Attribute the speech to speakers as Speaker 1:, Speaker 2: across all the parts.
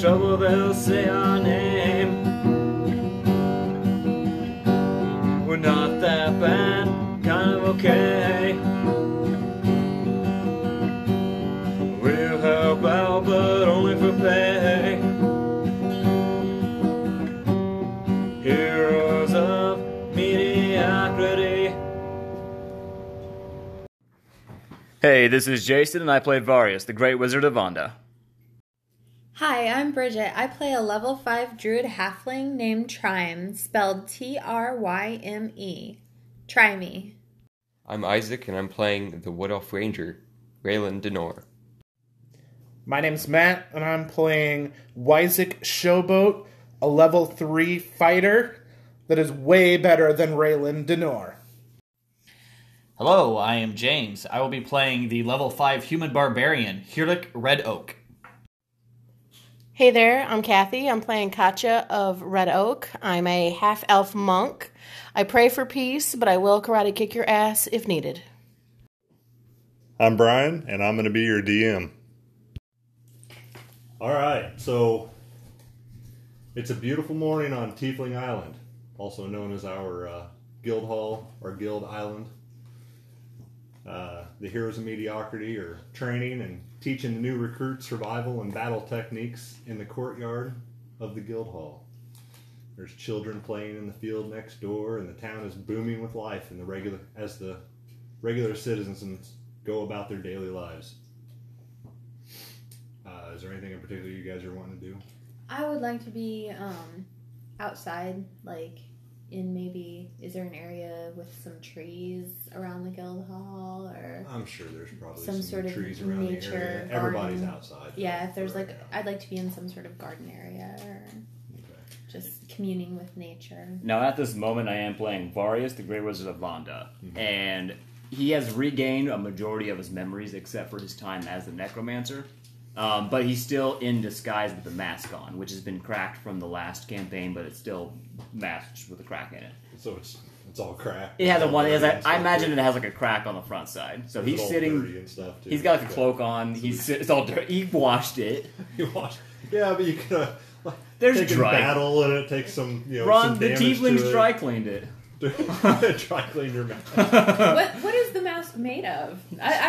Speaker 1: trouble, they'll say our name. We're not that bad, kind of okay. We'll help out, but only for pay. Heroes of mediocrity.
Speaker 2: Hey, this is Jason, and I play Varius, the Great Wizard of Vonda.
Speaker 3: Hi, I'm Bridget. I play a level 5 druid halfling named Trime, spelled T R Y M E. Try me.
Speaker 4: I'm Isaac, and I'm playing the Wood Elf Ranger, Raylan Denor.
Speaker 5: My name's Matt, and I'm playing Wisaac Showboat, a level 3 fighter that is way better than Raylan Denor.
Speaker 6: Hello, I am James. I will be playing the level 5 human barbarian, Hirlik Red Oak.
Speaker 7: Hey there, I'm Kathy. I'm playing Katya of Red Oak. I'm a half elf monk. I pray for peace, but I will karate kick your ass if needed.
Speaker 8: I'm Brian, and I'm going to be your DM. All right, so it's a beautiful morning on Tiefling Island, also known as our uh, guild hall or guild island. Uh, the heroes of mediocrity are training and teaching the new recruits survival and battle techniques in the courtyard of the guild hall. There's children playing in the field next door, and the town is booming with life. And the regular as the regular citizens go about their daily lives. Uh, is there anything in particular you guys are wanting to do?
Speaker 3: I would like to be um, outside, like in maybe, is there an area with some trees around the guild hall? Or,
Speaker 8: I'm sure there's probably
Speaker 3: Some
Speaker 8: some,
Speaker 3: sort of
Speaker 8: trees around
Speaker 3: nature
Speaker 8: the area. Everybody's
Speaker 3: garden.
Speaker 8: outside.
Speaker 3: yeah, if there's
Speaker 8: right
Speaker 3: like,
Speaker 8: now.
Speaker 3: I'd like to be in some sort of garden area or
Speaker 8: Okay.
Speaker 3: just communing with nature.
Speaker 2: Now, at this moment, I am playing Varius, the Great Wizard of Vonda, and he has regained a majority of his memories except for his time as the Necromancer. Um, but he's still in disguise with the mask on, which has been cracked from the last campaign, but it's still masked with a crack in it.
Speaker 8: So it's it's all crap.
Speaker 2: It has a
Speaker 8: It's all
Speaker 2: one. It has
Speaker 8: dirty
Speaker 2: a,
Speaker 8: and
Speaker 2: I
Speaker 8: stuff,
Speaker 2: imagine
Speaker 8: too.
Speaker 2: it has like a crack on the front side. So
Speaker 8: It's
Speaker 2: he's
Speaker 8: all dirty
Speaker 2: sitting.
Speaker 8: and stuff, too.
Speaker 2: He's got like a
Speaker 8: Okay.
Speaker 2: cloak on. He's sit- it's all dirty. He washed it.
Speaker 8: You watch- Yeah, but you could. Uh, like,
Speaker 2: There's
Speaker 8: take a
Speaker 2: dry-
Speaker 8: battle and it takes some you know
Speaker 2: Ron,
Speaker 8: some
Speaker 2: the
Speaker 8: damage
Speaker 2: tieflings
Speaker 8: to
Speaker 2: dry cleaned it.
Speaker 8: it. dry clean your mouth.
Speaker 3: what What is the mask made of? I,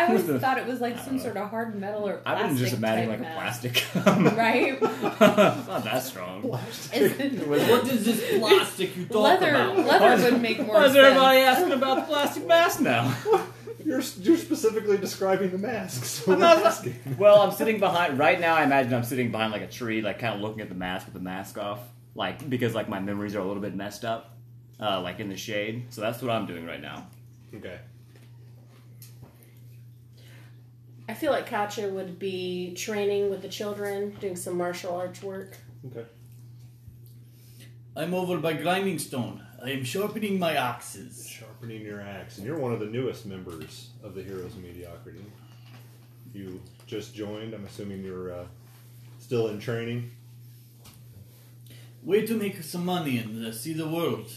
Speaker 3: I always
Speaker 2: What the-
Speaker 3: thought it was like some sort of hard metal or
Speaker 2: I
Speaker 3: plastic.
Speaker 2: wouldn't just imagine like
Speaker 3: type
Speaker 2: a
Speaker 3: mask,
Speaker 2: plastic.
Speaker 3: Right?
Speaker 2: it's not that strong.
Speaker 3: Is-
Speaker 6: What is this plastic you talk
Speaker 3: leather
Speaker 6: about?
Speaker 3: leather would make more
Speaker 2: Why
Speaker 3: sense.
Speaker 2: is everybody asking about the plastic mask now?
Speaker 8: You're you're specifically describing the masks. So
Speaker 2: I'm
Speaker 8: I'm
Speaker 2: not-
Speaker 8: asking.
Speaker 2: well, I'm sitting behind right now. I imagine I'm sitting behind like a tree, like kind of looking at the mask with the mask off, like because like my memories are a little bit messed up, uh, like in the shade. So that's what I'm doing right now.
Speaker 8: Okay.
Speaker 7: I feel like Katya would be training with the children, doing some martial arts work.
Speaker 8: Okay.
Speaker 6: I'm over by Grinding Stone. I am sharpening my axes.
Speaker 8: Sharpening your axe, and you're one of the newest members of the Heroes of Mediocrity. You just joined. I'm assuming you're uh, still in training.
Speaker 6: Way to make some money and uh, see the world.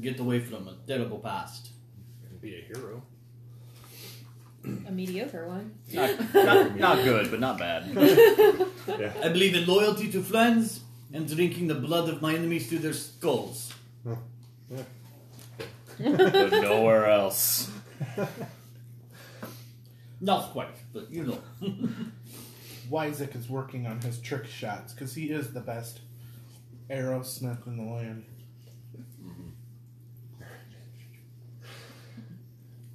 Speaker 6: Get away from a terrible past.
Speaker 8: Be a hero.
Speaker 3: a mediocre one.
Speaker 2: Not, not, not good, but not bad.
Speaker 6: I believe in loyalty to friends and drinking the blood of my enemies through their skulls.
Speaker 2: but nowhere else.
Speaker 6: Not quite, but you know.
Speaker 5: Wisaac is working on his trick shots because he is the best arrow snuck in the land.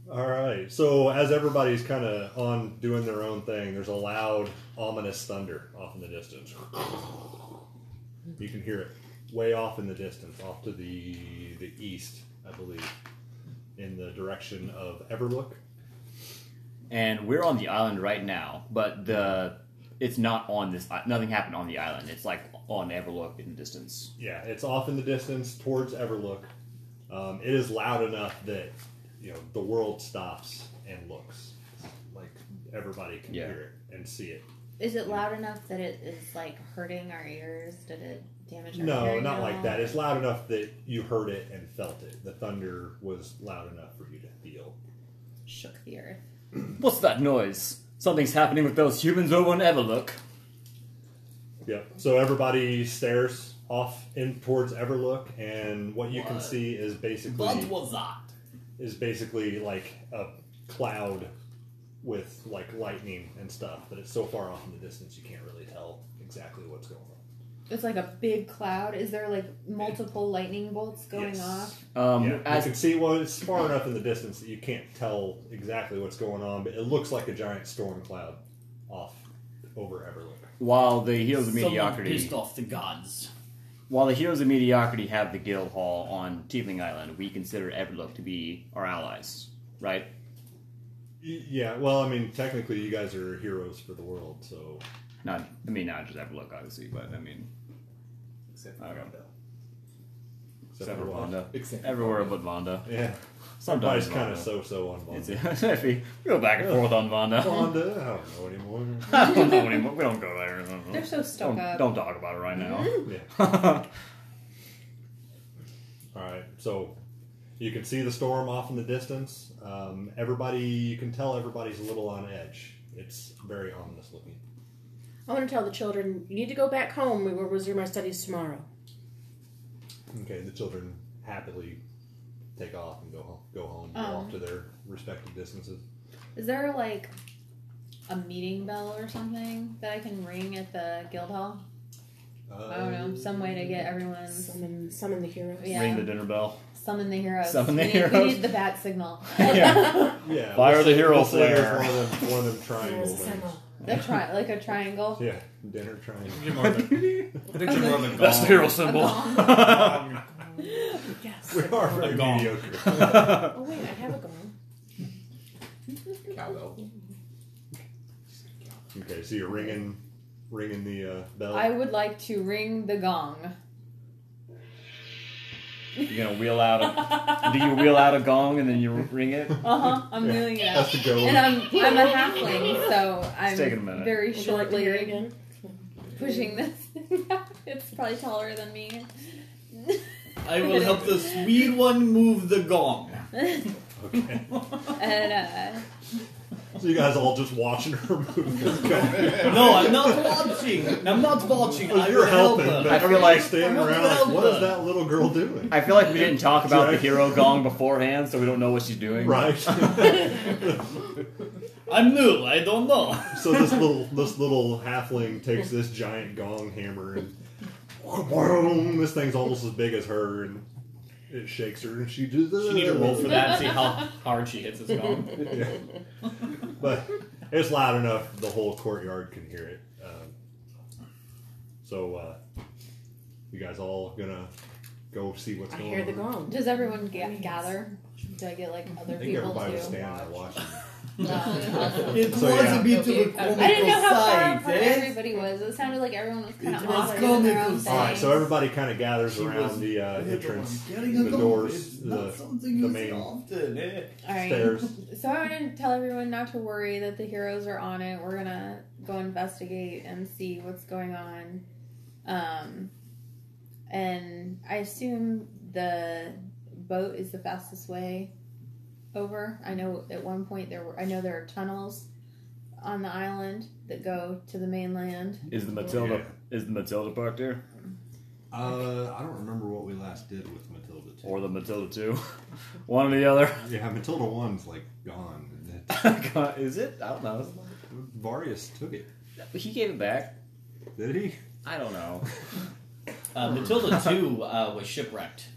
Speaker 8: All right. So as everybody's kind of on doing their own thing, there's a loud, ominous thunder off in the distance. You can hear it way off in the distance, off to the the east, I believe, in the direction of Everlook.
Speaker 2: and we're on the island right now. But the it's not on this. i- Nothing happened on the island. It's like on Everlook in the distance.
Speaker 8: Yeah, it's off in the distance towards Everlook. Um, it is loud enough that you know the world stops and looks. Like everybody can
Speaker 2: Yeah.
Speaker 8: hear it and see it.
Speaker 3: Is it loud enough that it is like hurting our ears? Did it damage our
Speaker 8: No,
Speaker 3: hearing
Speaker 8: not
Speaker 3: at
Speaker 8: like
Speaker 3: all?
Speaker 8: that. It's loud enough that you heard it and felt it. The thunder was loud enough for you to feel.
Speaker 3: Shook the earth.
Speaker 2: What's that noise? Something's happening with those humans over on Everlook.
Speaker 8: Yep. So everybody stares off in towards Everlook, and what you can see is basically
Speaker 6: was that?
Speaker 8: is basically like a cloud with like lightning and stuff, but it's so far off in the distance you can't really tell exactly what's going on.
Speaker 3: It's like a big cloud. Is there like multiple lightning bolts going
Speaker 8: Yes.
Speaker 3: off?
Speaker 2: Um,
Speaker 8: Yeah, you
Speaker 2: as-
Speaker 8: can see well it's far enough in the distance that you can't tell exactly what's going on, but it looks like a giant storm cloud off over Everlook.
Speaker 2: while the heroes of
Speaker 6: Someone
Speaker 2: mediocrity,
Speaker 6: pissed off the gods.
Speaker 2: while the heroes of mediocrity have the guild hall on Tiefling Island, we consider Everlook to be our allies, right?
Speaker 8: Y- Yeah, well, I mean, technically, you guys are heroes for the world, so
Speaker 2: Not, I mean, not just Everlook, obviously, but I mean,
Speaker 9: Except
Speaker 2: Okay.
Speaker 9: Rondo.
Speaker 8: except
Speaker 2: except for
Speaker 8: for Wanda.
Speaker 2: Vonda.
Speaker 9: Except-
Speaker 2: Everywhere but Vonda.
Speaker 8: Yeah,
Speaker 2: Sometimes
Speaker 8: everybody's kind
Speaker 2: Vonda.
Speaker 8: of so-so on Vonda.
Speaker 2: It's a, we go back and forth on Vonda.
Speaker 8: Vonda, I don't know anymore.
Speaker 2: I don't know anymore. We don't go there.
Speaker 3: They're so stuck
Speaker 2: don't,
Speaker 3: up. Mm-hmm.
Speaker 2: Don't talk about it right now.
Speaker 8: yeah. All right, so you can see the storm off in the distance. Um, everybody, you can tell everybody's a little on edge. It's very ominous looking.
Speaker 7: I want to tell the children you need to go back home. We will resume my studies tomorrow.
Speaker 8: Okay, the children happily take off and go home. Go home,
Speaker 3: Um.
Speaker 8: off to their respective distances.
Speaker 3: Is there like a meeting bell or something that I can ring at the guild hall?
Speaker 8: Uh,
Speaker 3: I don't know. Some way to get everyone's
Speaker 7: Summon, summon Um, the heroes.
Speaker 3: Yeah.
Speaker 2: Ring the dinner bell.
Speaker 3: summon the heroes.
Speaker 2: Summon the
Speaker 3: we, Need, we
Speaker 2: heroes.
Speaker 3: need the bat signal.
Speaker 2: Yeah.
Speaker 8: Yeah,
Speaker 2: Fire the
Speaker 8: say-
Speaker 2: hero
Speaker 8: say there's
Speaker 2: flare.
Speaker 8: One of them, one of them
Speaker 7: Heroes
Speaker 8: triangle
Speaker 7: assemble.
Speaker 8: things.
Speaker 3: the tri- like a triangle.
Speaker 8: Yeah, dinner triangle.
Speaker 9: Picture more of a- picture more of a
Speaker 2: That's the
Speaker 9: gong.
Speaker 2: hero symbol.
Speaker 9: Um,
Speaker 7: Yes.
Speaker 8: We are very
Speaker 9: gong.
Speaker 8: mediocre.
Speaker 7: Oh wait, I have a gong.
Speaker 9: Cowbell.
Speaker 8: okay, so you're ringing, ringing the uh, bell.
Speaker 3: I would like to ring the gong.
Speaker 2: You gonna wheel out a? do you wheel out a gong and then you ring it?
Speaker 3: Uh
Speaker 8: Uh-huh.
Speaker 3: huh. I'm doing it.
Speaker 8: That's the go.
Speaker 3: And I'm I'm a halfling, so
Speaker 2: taking a
Speaker 3: I'm
Speaker 2: minute.
Speaker 3: very
Speaker 7: Would you like to
Speaker 3: shortly
Speaker 7: hear it again?
Speaker 3: pushing this. it's probably taller than me.
Speaker 6: I will help this wee one move the gong.
Speaker 8: Okay.
Speaker 3: and uh,
Speaker 8: So you guys all just watching her move. this gong.
Speaker 6: No, I'm not watching. I'm not watching. I
Speaker 8: You're
Speaker 6: will help
Speaker 8: helping,
Speaker 6: her.
Speaker 8: but
Speaker 2: I feel
Speaker 8: everybody's
Speaker 2: like-
Speaker 8: standing
Speaker 6: I'm
Speaker 8: around
Speaker 6: helping.
Speaker 8: like, what is that little girl doing?
Speaker 2: I feel like we didn't talk about the
Speaker 8: Right.
Speaker 2: hero gong beforehand, so we don't know what she's doing.
Speaker 8: Right.
Speaker 6: I'm new. I don't know.
Speaker 8: so this little this little halfling takes this giant gong hammer and wham, this thing's almost as big as her and it shakes her and she just
Speaker 6: You need to roll for that and see how hard she hits this gong.
Speaker 8: but it's loud enough the whole courtyard can hear it. Um, so uh, you guys all gonna go see what's
Speaker 7: I
Speaker 8: going
Speaker 7: hear
Speaker 8: on.
Speaker 7: the gong.
Speaker 3: does everyone ga- gather? Do I get like other
Speaker 8: I think
Speaker 3: people
Speaker 8: everybody's
Speaker 3: too?
Speaker 8: standing there watching.
Speaker 3: Um,
Speaker 6: It
Speaker 8: So, was a yeah.
Speaker 6: bit
Speaker 3: of a
Speaker 6: comical
Speaker 3: I didn't know how far
Speaker 9: eh?
Speaker 3: apart everybody
Speaker 8: eh?
Speaker 3: was. It sounded like everyone was kind
Speaker 6: It
Speaker 3: of
Speaker 6: was
Speaker 3: off doing their
Speaker 6: comical.
Speaker 3: own thing.
Speaker 8: All right, so everybody kind of gathers
Speaker 9: She was
Speaker 8: around the uh,
Speaker 9: the
Speaker 8: entrance,
Speaker 9: one getting a
Speaker 8: the
Speaker 9: gong.
Speaker 8: doors,
Speaker 9: It's not
Speaker 8: the,
Speaker 9: something
Speaker 8: the
Speaker 9: you see
Speaker 8: main
Speaker 9: often, eh?
Speaker 3: All right.
Speaker 8: stairs.
Speaker 3: So I want to tell everyone not to worry that the heroes are on it. We're gonna go investigate and see what's going on. Um, and I assume the boat is the fastest way over. I know at one point there were. I know there are tunnels on the island that go to the mainland.
Speaker 2: Is the Matilda is the Matilda part there,
Speaker 9: Uh, I don't remember what we last did with Matilda. Two.
Speaker 2: or the Matilda two? One or the other?
Speaker 9: yeah, Matilda one's like gone.
Speaker 2: God, is it? I don't know.
Speaker 9: Varius took it,
Speaker 2: He gave it back.
Speaker 9: did he?
Speaker 2: I don't know.
Speaker 6: Uh, Matilda 2 uh, was shipwrecked.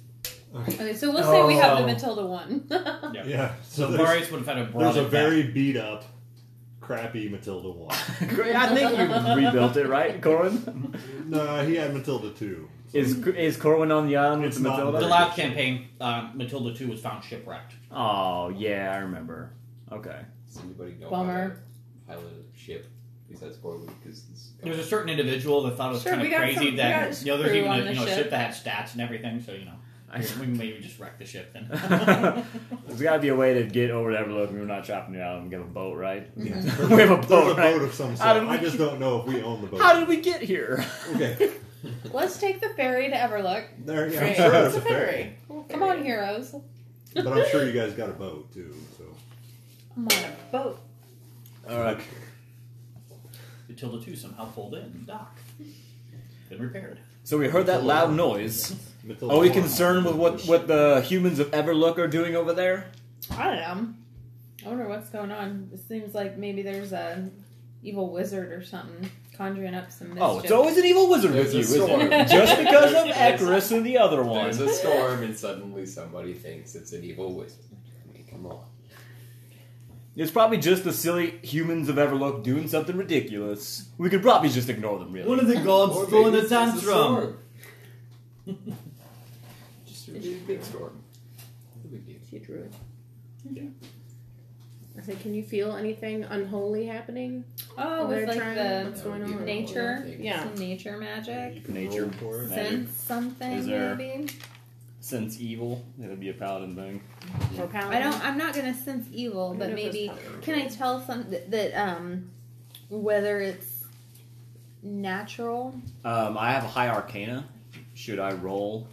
Speaker 3: Okay, so we'll say we have the
Speaker 6: Oh.
Speaker 3: Matilda one.
Speaker 8: Yeah, so
Speaker 6: So
Speaker 8: there's,
Speaker 6: Marius would have had a brought
Speaker 8: there's a
Speaker 6: it
Speaker 8: very beat up, crappy Matilda one.
Speaker 2: Great. I think you rebuilt it, right, Corwin?
Speaker 8: no, he had Matilda two.
Speaker 2: Is is Corwin on the island with
Speaker 8: It's
Speaker 2: the
Speaker 8: not
Speaker 6: back. The
Speaker 2: Matilda?
Speaker 8: Matilda.
Speaker 6: last campaign, uh, Matilda 2 was found shipwrecked.
Speaker 2: Oh yeah, I remember. Okay.
Speaker 10: Does anybody know
Speaker 3: Bummer.
Speaker 10: how to pilot a ship besides Corwin? Because
Speaker 6: There was a certain individual that thought it was
Speaker 3: Sure,
Speaker 6: kind
Speaker 3: we
Speaker 6: of
Speaker 3: got
Speaker 6: crazy
Speaker 3: some- we
Speaker 6: that
Speaker 3: got
Speaker 6: you know there's
Speaker 3: crew
Speaker 6: even
Speaker 3: on
Speaker 6: a
Speaker 3: the
Speaker 6: you know,
Speaker 3: ship.
Speaker 6: ship that had stats and everything. So you know,
Speaker 2: I-
Speaker 6: we can maybe just wreck the ship then.
Speaker 2: There's got to be a way to get over to Everlook and we're not chopping it out and we have a boat, right?
Speaker 8: Yeah.
Speaker 2: We have a
Speaker 8: There's a
Speaker 2: boat, Oh, right?
Speaker 8: boat of some
Speaker 2: How
Speaker 8: sort.
Speaker 2: did
Speaker 8: I
Speaker 2: we-
Speaker 8: just don't know if we own the boat.
Speaker 2: How did we get here?
Speaker 8: Okay,
Speaker 3: Let's take the ferry to Everlook.
Speaker 8: there. Yeah, I'm
Speaker 7: Right.
Speaker 8: sure
Speaker 7: It's
Speaker 8: there's
Speaker 7: a
Speaker 8: a ferry,
Speaker 7: ferry.
Speaker 3: Come on, heroes. I'm
Speaker 8: but I'm sure you guys got a boat too. So
Speaker 3: on a boat.
Speaker 2: All right.
Speaker 6: Matilda 2 somehow pulled in dock. been repaired.
Speaker 2: So we heard that loud noise.
Speaker 8: Mythil-
Speaker 2: Are we concerned with what, what the humans of Everlook are doing over there?
Speaker 3: I don't know. I wonder what's going on. It seems like maybe there's a evil wizard or something conjuring up some mischief.
Speaker 2: Oh, it's always an evil wizard
Speaker 10: There's
Speaker 2: with you,
Speaker 10: a
Speaker 2: isn't
Speaker 10: storm.
Speaker 2: it? Just because of
Speaker 10: There's-
Speaker 2: Icarus and the other one.
Speaker 10: There's a storm, and suddenly somebody thinks it's an evil wizard. I mean, come on.
Speaker 2: It's probably just the silly humans of Everlook doing something ridiculous. We could probably just ignore them, really.
Speaker 6: of the
Speaker 10: Or
Speaker 6: gods
Speaker 10: maybe it's just storm. just a really big storm. No big deal.
Speaker 7: She drew it. I said, can you feel anything unholy happening?
Speaker 3: Oh,
Speaker 7: They're
Speaker 3: with like
Speaker 7: trying-
Speaker 3: the
Speaker 7: What's going
Speaker 10: That would be
Speaker 7: on?
Speaker 3: nature,
Speaker 7: Yeah.
Speaker 3: some nature magic,
Speaker 2: Nature.
Speaker 8: Roll for it.
Speaker 2: Magic.
Speaker 3: sense something
Speaker 2: Is there-
Speaker 3: maybe.
Speaker 2: Sense evil. It'd be a paladin thing.
Speaker 7: Or
Speaker 3: I
Speaker 7: paladin?
Speaker 3: don't. I'm not gonna sense evil,
Speaker 7: I
Speaker 3: but
Speaker 7: don't know if
Speaker 3: maybe
Speaker 7: it's power.
Speaker 3: can I tell some that, that um whether it's natural?
Speaker 2: Um, I have a high arcana. Should I roll?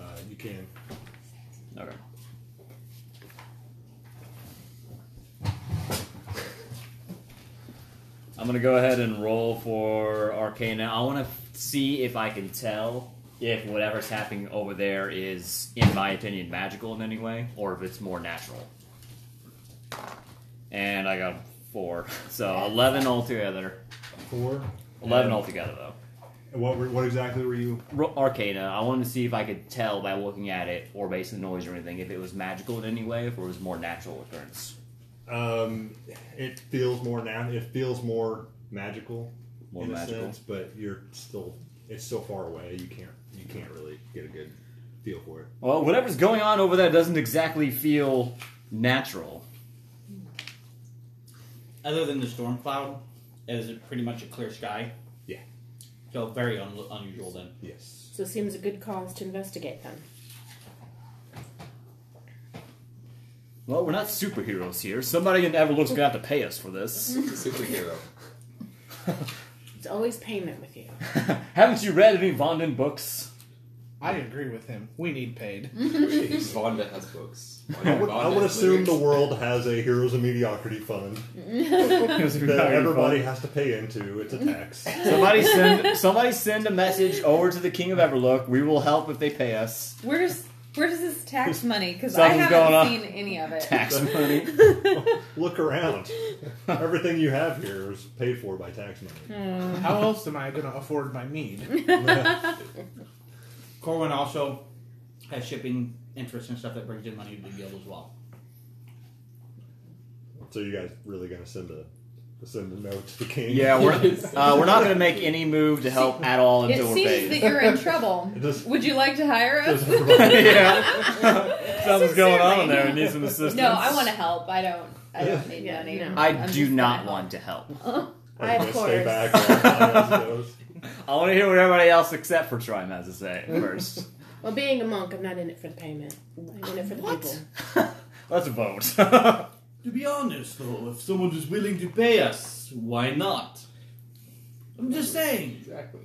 Speaker 8: Uh, you can.
Speaker 2: Okay. I'm gonna go ahead and roll for Arcana. I want to see if I can tell if whatever's happening over there is, in my opinion, magical in any way, or if it's more natural. And I got four, so eleven altogether.
Speaker 8: Four.
Speaker 2: Eleven altogether, though.
Speaker 8: And What, were- what exactly were you?
Speaker 2: Ro- Arcana. I wanted to see if I could tell by looking at it, or based on noise or anything, if it was magical in any way, if it was more natural occurrence.
Speaker 8: Um, it feels more now. It feels more magical.
Speaker 2: More
Speaker 8: in a
Speaker 2: magical.
Speaker 8: sense, but you're still. It's so far away. You can't. You can't really get a good feel for it.
Speaker 2: Well, whatever's going on over there doesn't exactly feel natural.
Speaker 6: Other than the storm cloud, it is pretty much a clear sky.
Speaker 8: Yeah.
Speaker 6: So very un- unusual then.
Speaker 8: Yes.
Speaker 7: So it seems a good cause to investigate then.
Speaker 2: Well, we're not superheroes here. Somebody in Everlook's gonna have to pay us for this.
Speaker 10: Superhero.
Speaker 7: It's always payment with you.
Speaker 2: Haven't you read any Vonden books?
Speaker 5: I agree with him. We need paid.
Speaker 10: Vonda has books.
Speaker 8: I would, I would assume the world has a Heroes of Mediocrity fund that everybody has to pay into. It's a tax.
Speaker 2: Somebody send somebody send a message over to the King of Everlook. We will help if they pay us
Speaker 3: Where's where does this tax money? Because I
Speaker 2: Something's
Speaker 3: haven't
Speaker 2: going on.
Speaker 3: seen any of it.
Speaker 2: tax money.
Speaker 8: Look around. Everything you have here is paid for by tax money.
Speaker 5: How else am I going to afford my mead?
Speaker 6: Corwin also has shipping interests and stuff that brings in money to the guild as well.
Speaker 8: So you guys really gonna send a send a note to the king?
Speaker 2: Yeah, we're uh, we're not gonna make any move to help at all
Speaker 3: It
Speaker 2: until we're
Speaker 3: seems that
Speaker 2: paid.
Speaker 3: you're in trouble.
Speaker 8: Just-
Speaker 3: Would you like to hire us?
Speaker 8: Does everybody-
Speaker 2: yeah, something's going on
Speaker 3: Sincerely.
Speaker 2: in there. It needs some assistance.
Speaker 3: No, I want to help. I don't. I don't need money.
Speaker 7: no.
Speaker 2: I
Speaker 3: I'm
Speaker 2: do
Speaker 3: just
Speaker 2: not
Speaker 3: gonna
Speaker 2: want to help.
Speaker 3: help.
Speaker 7: I, of
Speaker 8: I'm gonna stay
Speaker 7: course.
Speaker 8: back. while everybody else goes.
Speaker 2: I want to hear what everybody else except for Trime has to say first.
Speaker 7: Well, being a monk, I'm not in it for the payment. I'm in it for the people.
Speaker 2: Let's vote. I
Speaker 6: To be honest, though, if someone was willing to pay us, why not? I'm just saying.
Speaker 10: Exactly.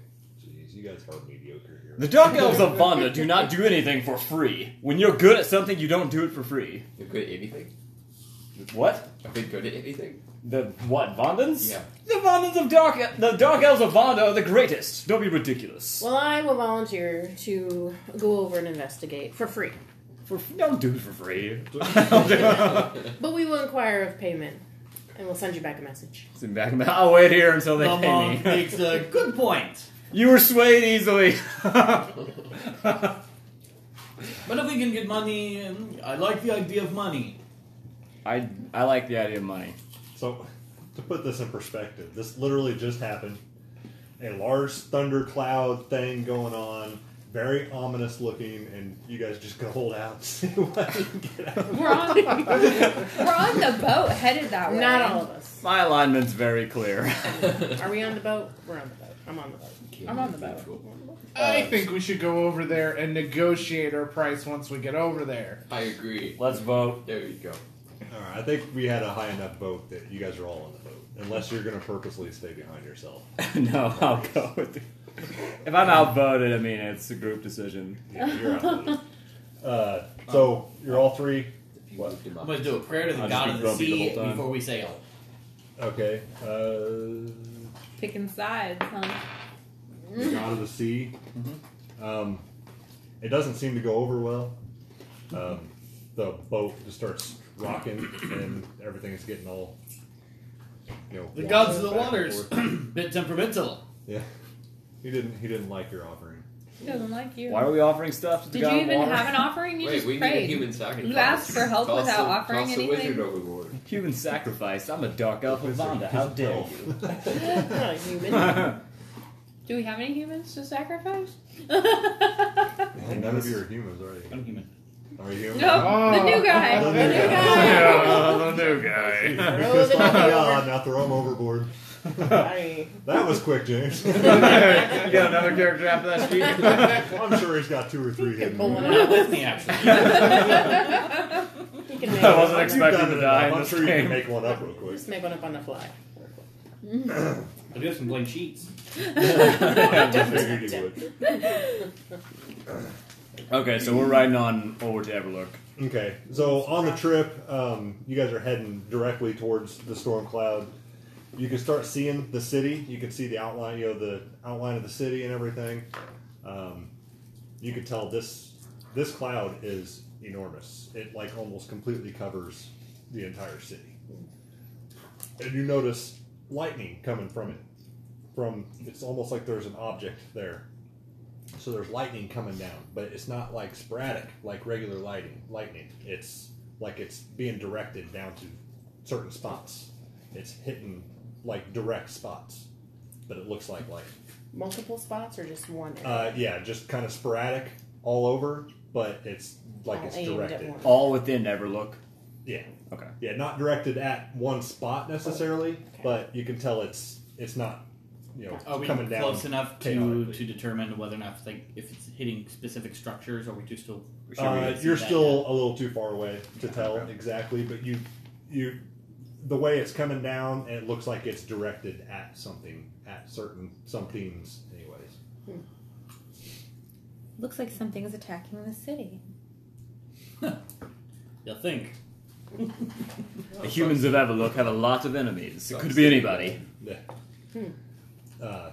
Speaker 8: Jeez, you guys are mediocre here.
Speaker 2: The Dark Elves of Vonda do not do anything for free. When you're good at something, you don't do it for free.
Speaker 10: You're good at anything.
Speaker 2: What?
Speaker 10: I've been good at anything.
Speaker 2: The what? Vondans?
Speaker 10: Yeah.
Speaker 2: The Vondans of Dark E, the Dark Elves of Vonda are the greatest. Don't be ridiculous.
Speaker 7: Well, I will volunteer to go over and investigate for free.
Speaker 2: For, don't do it for free. Don't do it.
Speaker 7: But we will inquire of payment and we'll send you back a message.
Speaker 2: Sit back and- I'll wait here until they
Speaker 6: The monk
Speaker 2: pay me.
Speaker 6: makes a good point.
Speaker 2: You were swayed easily.
Speaker 6: But if we can get money, and I like the idea of money.
Speaker 2: I I like the idea of money.
Speaker 8: So, to put this in perspective, this literally just happened. A large thundercloud thing going on, very ominous looking, and you guys just go hold out. and see what you can get out.
Speaker 3: We're on. we're on the boat headed that way.
Speaker 7: Not all of us.
Speaker 2: My alignment's very clear.
Speaker 7: Are we on the boat? We're on the boat. I'm on the boat.
Speaker 3: I'm on the boat.
Speaker 5: I think we should go over there and negotiate our price once we get over there.
Speaker 10: I agree.
Speaker 2: Let's vote.
Speaker 10: There you go.
Speaker 8: All right, I think we had a high enough boat that you guys are all on the boat, unless you're going to purposely stay behind yourself.
Speaker 2: No, I'll go with it. If I'm outvoted, I mean, it's a group decision.
Speaker 8: Yeah, you're outvoted. Uh, so you're all three.
Speaker 10: If you
Speaker 8: What?
Speaker 10: moved him
Speaker 6: I'm
Speaker 10: up.
Speaker 6: going to do a prayer to the
Speaker 2: I'll
Speaker 6: god
Speaker 2: just
Speaker 6: of
Speaker 2: be
Speaker 6: the
Speaker 2: grumpy the
Speaker 6: sea
Speaker 2: whole time.
Speaker 6: before we sail.
Speaker 8: Okay. Uh,
Speaker 3: Picking sides, huh?
Speaker 7: Mm-hmm.
Speaker 8: the god of the sea. Um, it doesn't seem to go over well. Um, the boat just starts rocking, and everything's getting all. You know,
Speaker 6: The
Speaker 8: wobbly
Speaker 6: gods of the
Speaker 8: back and
Speaker 6: waters,
Speaker 8: forth.
Speaker 6: bit temperamental.
Speaker 8: Yeah, he didn't. He didn't like your offering.
Speaker 3: He doesn't like you.
Speaker 2: Why are we offering stuff to the
Speaker 3: Did
Speaker 2: god
Speaker 3: you
Speaker 2: of
Speaker 3: even
Speaker 2: water?
Speaker 3: have an offering? You
Speaker 10: Wait,
Speaker 3: just
Speaker 10: we need a
Speaker 3: prayed.
Speaker 10: human sacrifice.
Speaker 3: You asked for help
Speaker 10: Toss
Speaker 3: without
Speaker 10: a-
Speaker 3: offering
Speaker 10: toss
Speaker 3: anything.
Speaker 10: A wizard overboard.
Speaker 2: Human sacrifice. I'm a dark elf of Vonda. How dare you?
Speaker 7: Not a human.
Speaker 3: Do we have any humans to sacrifice?
Speaker 8: And none of you are humans, are you?
Speaker 6: I'm human.
Speaker 8: Are you human?
Speaker 3: No, the new guy. The new guy.
Speaker 1: the new guy.
Speaker 8: You're
Speaker 7: Throw
Speaker 8: pissed
Speaker 7: them
Speaker 8: off at
Speaker 7: over.
Speaker 8: God, now throw him overboard.
Speaker 7: Sorry.
Speaker 8: That was quick, James.
Speaker 2: You got another character after that sheet?
Speaker 8: I'm sure he's got two or three hidden.
Speaker 7: Pull one
Speaker 8: You've
Speaker 6: Not
Speaker 7: out.
Speaker 6: with me, actually.
Speaker 7: You can make
Speaker 2: I wasn't
Speaker 7: one.
Speaker 2: expecting
Speaker 8: done
Speaker 2: to
Speaker 8: it
Speaker 2: die
Speaker 8: enough.
Speaker 2: in
Speaker 8: I'm
Speaker 2: this
Speaker 8: sure you can
Speaker 2: game.
Speaker 8: make one up real quick.
Speaker 7: Just make one up on the fly.
Speaker 6: I do have some blank sheets.
Speaker 8: I figured you would.
Speaker 2: Okay, so we're riding on over to Everlook.
Speaker 8: Okay, so on the trip, um, you guys are heading directly towards the storm cloud. You can start seeing the city. You can see the outline, you know, the outline of the city and everything. Um, you can tell this this cloud is enormous. It like almost completely covers the entire city. And you notice lightning coming from it. From it's almost like there's an object there. So there's lightning coming down, but it's not like sporadic, like regular lighting. Lightning. It's like it's being directed down to certain spots. It's hitting like direct spots, but it looks like lightning.
Speaker 7: Multiple spots or just one?
Speaker 8: Uh, yeah, just kind of sporadic all over, but it's like
Speaker 7: All
Speaker 8: it's
Speaker 7: aimed at
Speaker 8: directed.
Speaker 7: one.
Speaker 2: All within Everlook.
Speaker 8: Yeah,
Speaker 2: Okay.
Speaker 8: yeah, not directed at one spot necessarily,
Speaker 7: Okay.
Speaker 8: but you can tell it's it's not you know
Speaker 6: Are we
Speaker 8: coming down
Speaker 6: close enough to,
Speaker 8: chaotically.
Speaker 6: to determine whether or not like, if it's hitting specific structures? Or are we too still? or should we
Speaker 8: Uh,
Speaker 6: see
Speaker 8: you're
Speaker 6: that
Speaker 8: still
Speaker 6: yet?
Speaker 8: a little too far away to tell exactly, but you, you, the way it's coming down, it looks like it's directed at something, at certain somethings, anyways.
Speaker 3: Looks like something's attacking the city.
Speaker 6: You'll think.
Speaker 2: The humans of Everlook have a lot of enemies. It
Speaker 10: Sucks.
Speaker 2: could be anybody.
Speaker 8: Yeah. Uh,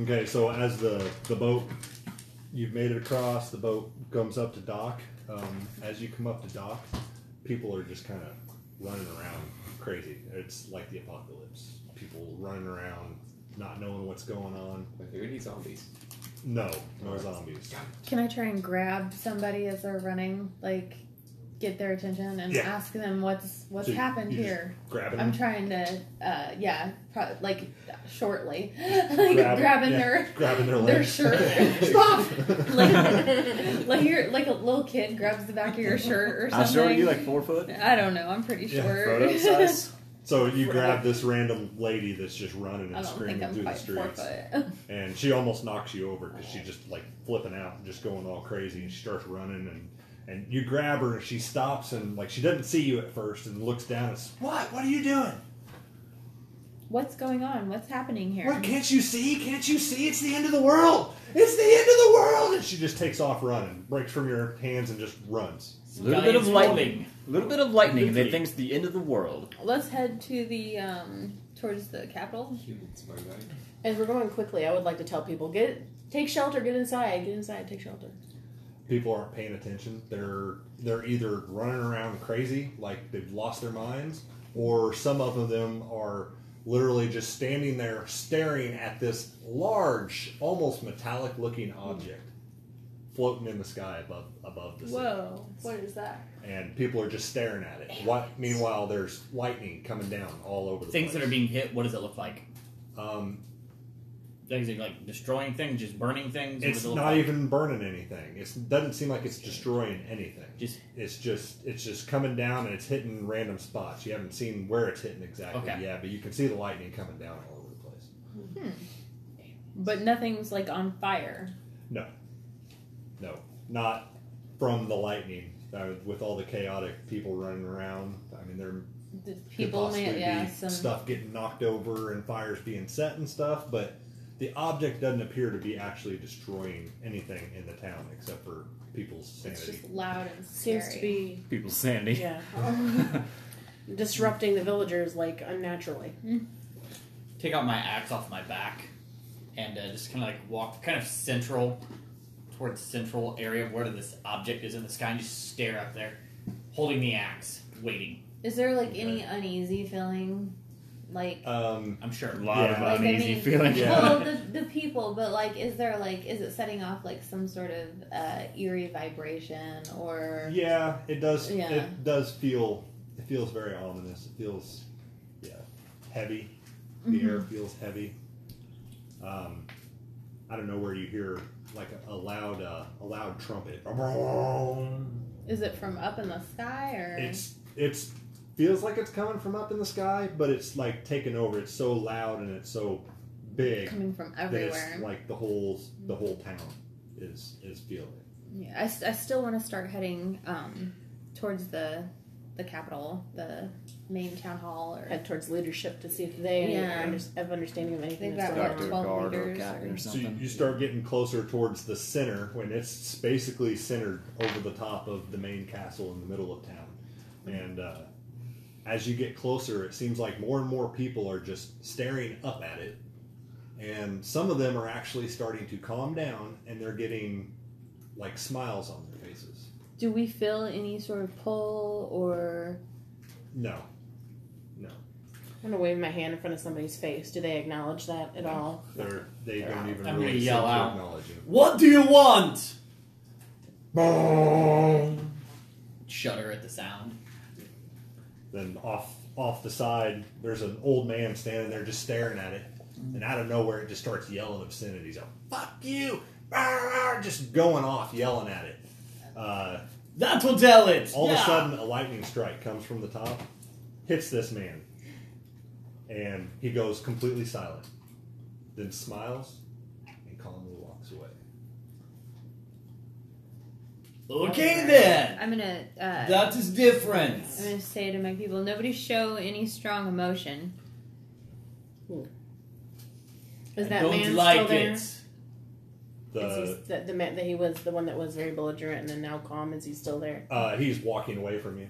Speaker 8: okay, so as the the boat, you've made it across. The boat comes up to dock. Um, as you come up to dock, people are just kind of running around crazy. It's like the apocalypse. People running around, not knowing what's going on.
Speaker 10: I figured he's zombies.
Speaker 8: No, no zombies.
Speaker 3: Can I try and grab somebody as they're running, like get their attention and
Speaker 8: Yeah.
Speaker 3: ask them what's what's
Speaker 8: So you-
Speaker 3: happened
Speaker 8: you just
Speaker 3: here?
Speaker 8: Grabbing
Speaker 3: I'm
Speaker 8: them.
Speaker 3: trying to, uh, yeah, pro- like shortly, like
Speaker 8: Grab-
Speaker 3: grabbing
Speaker 8: yeah,
Speaker 3: their
Speaker 8: grabbing their
Speaker 3: their
Speaker 8: legs.
Speaker 3: shirt. Stop! like, like you're like a little kid grabs the back of your shirt or
Speaker 2: How
Speaker 3: something.
Speaker 2: short are you? Like four foot?
Speaker 3: I don't know. I'm pretty
Speaker 8: Yeah,
Speaker 3: sure.
Speaker 2: Photo size?
Speaker 8: So you grab this random lady that's just running
Speaker 3: I don't
Speaker 8: and
Speaker 3: think
Speaker 8: screaming
Speaker 3: I'm
Speaker 8: through the
Speaker 3: quite four
Speaker 8: streets,
Speaker 3: foot.
Speaker 8: and she almost knocks you over because she's just like flipping out, and just going all crazy, and she starts running and. And you grab her, and she stops, and like she doesn't see you at first, and looks down and says, "What? What are you doing?
Speaker 3: What's going on? What's happening here?
Speaker 8: What can't you see? Can't you see? It's the end of the world! It's the end of the world!" And she just takes off running, breaks from your hands, and just runs.
Speaker 2: A little bit of
Speaker 6: Giant
Speaker 2: lightning. A little bit of lightning, and they
Speaker 6: Literally.
Speaker 2: think it's the end of the world.
Speaker 3: Let's head to the um towards the capital.
Speaker 10: Humans, my guy.
Speaker 7: As we're going quickly, I would like to tell people get take shelter, get inside, get inside, take shelter.
Speaker 8: people aren't paying attention. They're they're either running around crazy, like they've lost their minds, or some of them are literally just standing there staring at this large, almost metallic looking object floating in the sky above above the city.
Speaker 3: Whoa! What is that?
Speaker 8: And people are just staring at it. What meanwhile there's lightning coming down all over the
Speaker 6: Things that
Speaker 8: place.
Speaker 6: are being hit. What does it look like?
Speaker 8: um,
Speaker 6: Things that, like destroying things, just burning things. What
Speaker 8: It's
Speaker 6: does it look
Speaker 8: not
Speaker 6: like?
Speaker 8: even burning anything. It doesn't seem like it's destroying anything.
Speaker 6: Just-
Speaker 8: it's just it's just coming down and it's hitting random spots. You haven't seen where it's hitting exactly
Speaker 6: Okay.
Speaker 8: yet, but you can see the lightning coming down all over the place.
Speaker 3: But nothing's like on fire.
Speaker 8: No, no, not from the lightning. Uh, with all the chaotic people running around, I mean, there
Speaker 3: The
Speaker 8: could
Speaker 3: people
Speaker 8: possibly
Speaker 3: may yeah
Speaker 8: be
Speaker 3: some
Speaker 8: stuff getting knocked over and fires being set and stuff, but the object doesn't appear to be actually destroying anything in the town except for people's
Speaker 3: It's
Speaker 8: sanity.
Speaker 3: just loud and scary.
Speaker 7: Seems to be
Speaker 2: People's sanity.
Speaker 7: yeah disrupting the villagers like unnaturally.
Speaker 6: Take out my axe off my back. and uh, just kind of like walk kind of central towards the central area of where this object is in the sky and just stare up there, holding the axe, waiting.
Speaker 3: Is there like any uneasy feeling? Like,
Speaker 8: Um,
Speaker 6: I'm sure.
Speaker 2: A lot
Speaker 8: Yeah.
Speaker 2: of
Speaker 3: like
Speaker 2: uneasy
Speaker 3: I mean,
Speaker 2: feeling.
Speaker 3: Well, the, the people, but like, is there like, is it setting off like some sort of uh, eerie vibration or?
Speaker 8: Yeah, it does.
Speaker 3: Yeah.
Speaker 8: It does feel. It feels very ominous. It feels, yeah, heavy. The air
Speaker 3: Mm-hmm.
Speaker 8: feels heavy. Um, I don't know where you hear like a, a loud, uh, a loud trumpet.
Speaker 3: Is it from up in the sky or?
Speaker 8: It's it's feels like it's coming from up in the sky, but it's like taken over. It's so loud and it's so big
Speaker 3: coming from
Speaker 8: that
Speaker 3: everywhere.
Speaker 8: it's like the whole the whole town is is feeling. it.
Speaker 3: Yeah, I, s- I still want to start heading um, towards the the capital, the main town hall, or
Speaker 7: Head towards leadership to see if they
Speaker 3: Yeah.
Speaker 7: under- have understanding of anything
Speaker 3: They've
Speaker 7: that's
Speaker 3: got
Speaker 7: going
Speaker 3: like
Speaker 7: on.
Speaker 3: twelve
Speaker 2: guard or
Speaker 3: leaders.
Speaker 2: Gagner or
Speaker 8: So you,
Speaker 2: something.
Speaker 8: you start getting closer towards the center when it's basically centered over the top of the main castle in the middle of town. And uh, as you get closer, it seems like more and more people are just staring up at it. And some of them are actually starting to calm down and they're getting like smiles on their faces.
Speaker 3: Do we feel any sort of pull or?
Speaker 8: No. No.
Speaker 7: I'm gonna wave my hand in front of somebody's face. Do they acknowledge that at all?
Speaker 8: They're, they don't even
Speaker 6: I'm
Speaker 8: really
Speaker 6: gonna yell
Speaker 8: seem to
Speaker 6: out.
Speaker 8: acknowledge you.
Speaker 6: What do you want? Shudder at the sound.
Speaker 8: Then off off the side, there's an old man standing there just staring at it, and out of nowhere it just starts yelling obscenities. Like, "Fuck you!" Arr, arr," Just going off yelling at it. Uh,
Speaker 6: That will tell it.
Speaker 8: all of
Speaker 6: Yeah.
Speaker 8: a sudden, a lightning strike comes from the top, hits this man, and he goes completely silent. Then smiles and calmly walks away.
Speaker 6: Okay then.
Speaker 3: I'm gonna. Uh,
Speaker 6: That is different.
Speaker 3: I'm gonna say to my people, nobody show any strong emotion.
Speaker 7: Is
Speaker 6: I
Speaker 7: that
Speaker 6: don't
Speaker 7: man
Speaker 6: like
Speaker 7: still there?
Speaker 6: it.
Speaker 7: Is
Speaker 8: The
Speaker 2: Uh,
Speaker 7: he, the, the man that he was the one that was very belligerent and then now calm? Is he still there?
Speaker 8: uh, he's walking away from you.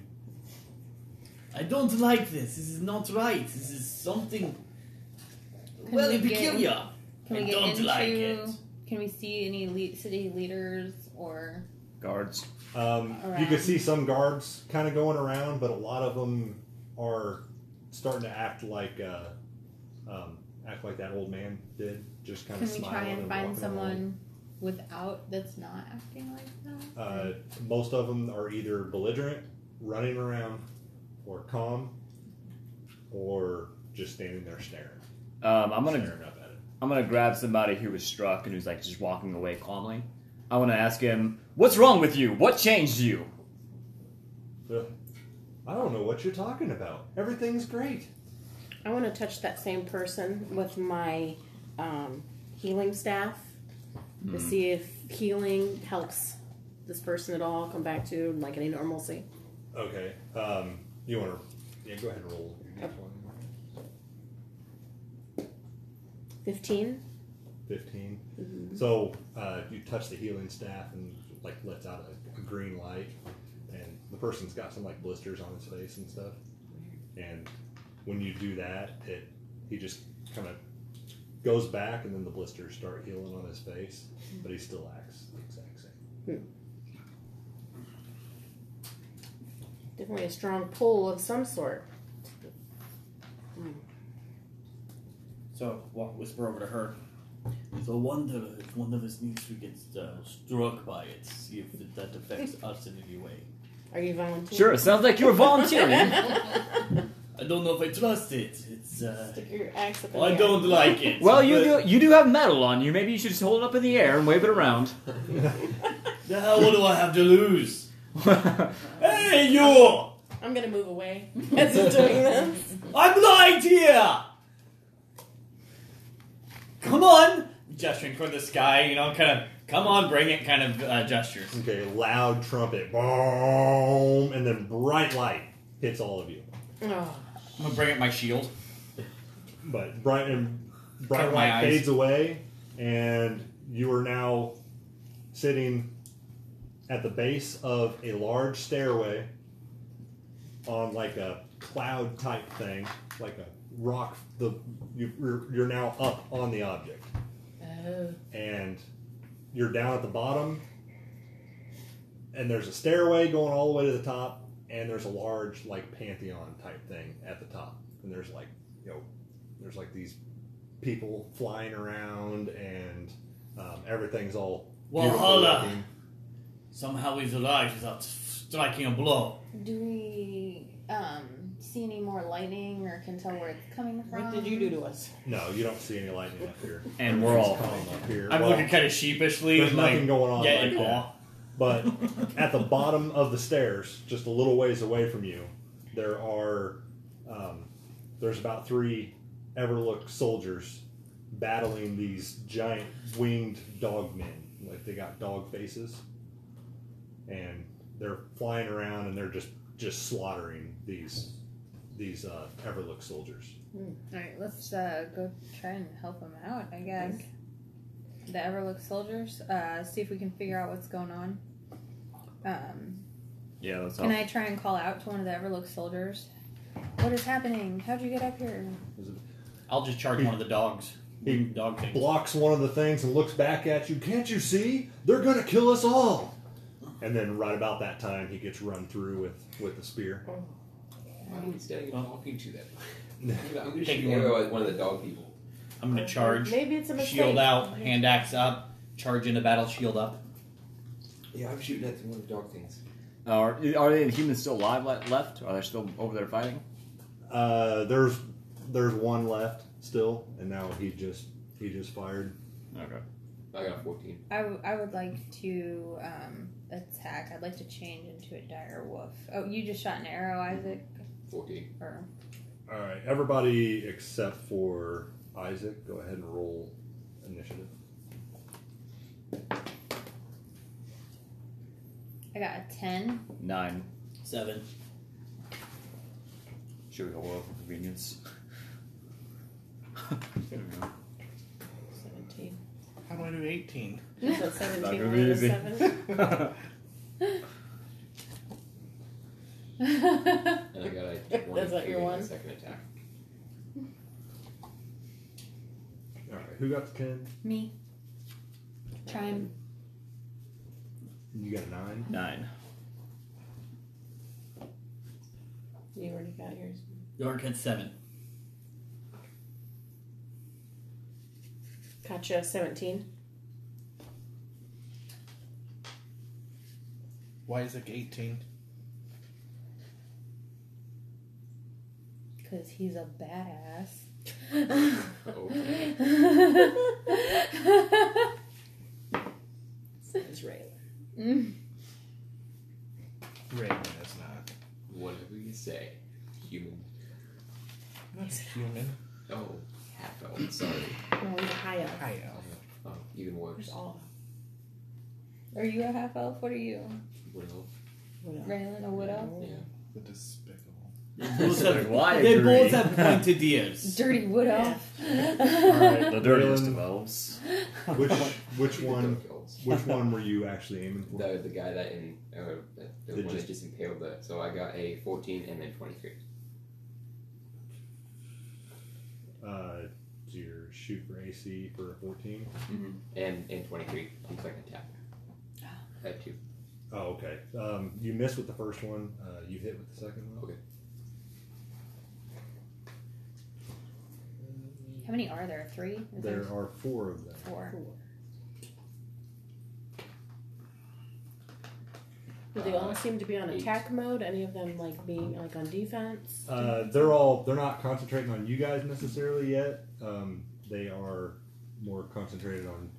Speaker 6: I don't like this. This is not right. This is something.
Speaker 3: Can
Speaker 6: Well,
Speaker 3: we
Speaker 6: it will
Speaker 3: get-
Speaker 6: kill ya.
Speaker 3: Can
Speaker 6: I
Speaker 3: we get
Speaker 6: don't
Speaker 3: into?
Speaker 6: like it.
Speaker 3: Can we see any le- city leaders or?
Speaker 2: Guards.
Speaker 8: Um, you
Speaker 3: Around.
Speaker 8: could see some guards kind of going around, but a lot of them are starting to act like uh, um, act like that old man did, just kind
Speaker 3: Can
Speaker 8: of
Speaker 3: we
Speaker 8: smiling.
Speaker 3: try and find
Speaker 8: walking along.
Speaker 3: someone without that's not acting like that?
Speaker 8: Uh, most of them are either belligerent, running around, or calm, or just standing there staring,
Speaker 2: Um, I'm gonna
Speaker 8: staring up at it.
Speaker 2: I'm gonna grab somebody who was struck and who's like just walking away calmly. I want to ask him, "What's wrong with you? What changed you?"
Speaker 8: Ugh. I don't know what you're talking about. Everything's great.
Speaker 7: I want to touch that same person with my um, healing staff
Speaker 2: Hmm.
Speaker 7: to see if healing helps this person at all come back to like any normalcy.
Speaker 8: Okay. Um, you want to? Yeah, go ahead and roll.
Speaker 7: Fifteen.
Speaker 8: 15 So uh, you touch the healing staff and like lets out a, a green light, and the person's got some like blisters on his face and stuff. And when you do that, it he just kind of goes back, and then the blisters start healing on his face, but he still acts the exact same.
Speaker 7: Definitely a strong pull of some sort.
Speaker 6: So walk, whisper over to her. So wonder if one of us needs to get uh, struck by it, see if it- that affects us in any way.
Speaker 7: Are you volunteering?
Speaker 2: Sure, it sounds like you were volunteering.
Speaker 6: I don't know if I trust it. It's uh,
Speaker 7: Stick your axe up in the
Speaker 6: I
Speaker 7: air.
Speaker 6: don't like it.
Speaker 2: well, you do,
Speaker 6: but
Speaker 2: you do have metal on you. Maybe you should just hold it up in the air and wave it around.
Speaker 6: the hell what do I have to lose? Hey, you!
Speaker 7: I'm gonna move away as he's doing this.
Speaker 6: I'm light here! Come on! Gesturing toward the sky, you know, kind of, come on, bring it kind of uh, gestures.
Speaker 8: Okay, loud trumpet, boom, and then bright light hits all of you.
Speaker 7: Oh,
Speaker 6: I'm gonna bring up my shield.
Speaker 8: But bright and bright
Speaker 6: Cover my
Speaker 8: light
Speaker 6: eyes.
Speaker 8: fades away, and you are now sitting at the base of a large stairway on like a cloud type thing, like a rock. The you, you're, you're now up on the object,
Speaker 7: Oh.
Speaker 8: and you're down at the bottom and there's a stairway going all the way to the top and there's a large like pantheon type thing at the top and there's like you know there's like these people flying around and um, everything's all beautiful
Speaker 6: Valhalla.
Speaker 8: looking.
Speaker 6: Somehow he's alive without striking a blow.
Speaker 3: Do we um, see any more lightning or can tell where it's coming from?
Speaker 7: What did you do to us?
Speaker 8: no you don't see any lightning up here
Speaker 2: And we're all
Speaker 8: Everything's calm up here
Speaker 6: I'm
Speaker 8: Well,
Speaker 6: looking kind of sheepishly.
Speaker 8: there's
Speaker 6: like,
Speaker 8: nothing going on
Speaker 6: Yeah,
Speaker 8: like
Speaker 6: in
Speaker 8: that.
Speaker 6: awe.
Speaker 8: But at the bottom of the stairs, just a little ways away from you, there are um, there's about three Everlook soldiers battling these giant winged dog men. Like they got dog faces, and they're flying around and they're just just slaughtering these these uh, Everlook soldiers.
Speaker 3: All right, let's uh, go try and help them out. I guess the Everlook soldiers. Uh, see if we can figure out what's going on. Um,
Speaker 2: Yeah, that's all.
Speaker 3: can I try and call out to one of the Everlook soldiers? What is happening? How'd you get up here?
Speaker 6: I'll just charge one of the dogs.
Speaker 8: He-
Speaker 6: Dog things.
Speaker 8: blocks one of the things and looks back at you. Can't you see? They're gonna kill us all. And then right about that time, he gets run through with with the spear.
Speaker 10: Why are we standing and talking to them? I'm going to
Speaker 6: Taking
Speaker 10: shoot
Speaker 6: one.
Speaker 10: arrow at one of the dog people.
Speaker 6: I'm gonna charge.
Speaker 7: Maybe it's a mistake.
Speaker 6: Shield out, hand axe up, charge into battle, shield up.
Speaker 10: Yeah, I'm shooting at one of the dog things.
Speaker 2: Are, are they the humans still alive le- left? Are they still over there fighting?
Speaker 8: Uh, there's there's one left still, and now he just he just fired.
Speaker 2: Okay.
Speaker 10: I got 14.
Speaker 3: I, w- I would like to um, attack. I'd like to change into a dire wolf. Oh, you just shot an arrow, Isaac.
Speaker 10: 14.
Speaker 3: Or
Speaker 8: All right, everybody except for Isaac, go ahead and roll initiative.
Speaker 3: I got a ten.
Speaker 2: Nine.
Speaker 6: Seven.
Speaker 2: Should we hold over for convenience? There we go.
Speaker 7: 17.
Speaker 5: How do I do 18?
Speaker 7: Is that 17
Speaker 2: gonna be
Speaker 7: minus
Speaker 2: easy.
Speaker 7: 7?
Speaker 10: And I got a
Speaker 7: That's
Speaker 10: 23
Speaker 7: not your
Speaker 10: on
Speaker 7: one?
Speaker 10: the second attack.
Speaker 8: All right, who got the ten?
Speaker 3: Me. Try and
Speaker 8: You got a nine.
Speaker 2: Nine.
Speaker 7: You already got yours.
Speaker 6: York had seven.
Speaker 7: Gotcha, 17.
Speaker 5: Why is it 18?
Speaker 3: Because he's a badass.
Speaker 10: Okay.
Speaker 7: Israel.
Speaker 5: Raven is not.
Speaker 10: Whatever you say, human.
Speaker 5: That's human.
Speaker 10: Oh, half elf. Sorry.
Speaker 7: No, he's a high elf.
Speaker 5: I am.
Speaker 10: Oh, even worse.
Speaker 7: There's all
Speaker 3: Are you a half elf? What are you?
Speaker 10: Wood elf.
Speaker 7: of them.
Speaker 3: Raylan, a wood elf?
Speaker 10: Yeah.
Speaker 9: The despicable.
Speaker 6: Bulls have,
Speaker 2: Why
Speaker 6: they both
Speaker 2: agree?
Speaker 6: have pointed ears.
Speaker 3: Dirty wood elf.
Speaker 8: All right,
Speaker 2: The dirtiest
Speaker 8: Raylan,
Speaker 2: of elves.
Speaker 8: Which which one?
Speaker 10: Dog elves.
Speaker 8: Which one were you actually aiming for?
Speaker 10: The, the guy that in uh, that- the
Speaker 8: Did
Speaker 10: one
Speaker 8: just-
Speaker 10: that just impaled the so I got a fourteen and then twenty three.
Speaker 8: Uh, do your shoot for AC for 14?
Speaker 10: Mm-hmm. And and twenty three on the second attack. I had two.
Speaker 8: Oh, okay. Um, you missed with the first one. Uh, you hit with the second one.
Speaker 10: Okay.
Speaker 3: How many are there? Three? Is
Speaker 8: There are four of them.
Speaker 3: four.
Speaker 7: Do they all
Speaker 10: Uh,
Speaker 7: seem to be on
Speaker 10: eight.
Speaker 7: attack mode? Any of them like being like on defense?
Speaker 8: Uh, they're all. They're not concentrating on you guys necessarily yet. Um, they are more concentrated on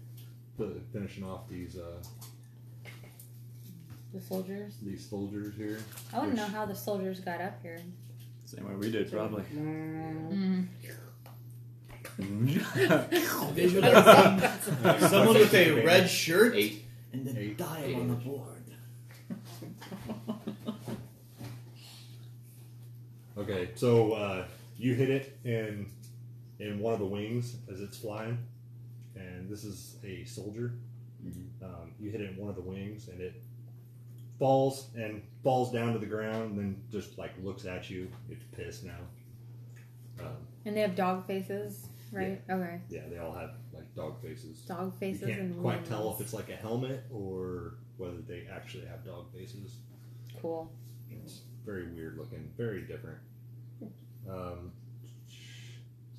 Speaker 8: the, finishing off these uh,
Speaker 3: The soldiers?
Speaker 8: these soldiers here.
Speaker 3: I want to
Speaker 8: Which-
Speaker 3: know how the soldiers got up here.
Speaker 2: Same way we did, probably.
Speaker 6: Someone with a red shirt
Speaker 10: Eight.
Speaker 6: and the
Speaker 8: Eight.
Speaker 6: dial
Speaker 10: Eight.
Speaker 6: on the board.
Speaker 8: Okay, so uh, you hit it in in one of the wings as it's flying, and this is a soldier. Um, you hit it in one of the wings, and it falls and falls down to the ground, and then just like looks at you. It's pissed now. Um,
Speaker 3: And they have dog faces. right? Okay.
Speaker 8: Yeah, they all have like dog faces.
Speaker 3: Dog faces
Speaker 8: You can't
Speaker 3: and
Speaker 8: quite tell
Speaker 3: wings.
Speaker 8: if it's like a helmet or whether they actually have dog faces.
Speaker 3: Cool.
Speaker 8: It's very weird looking, very different. Um,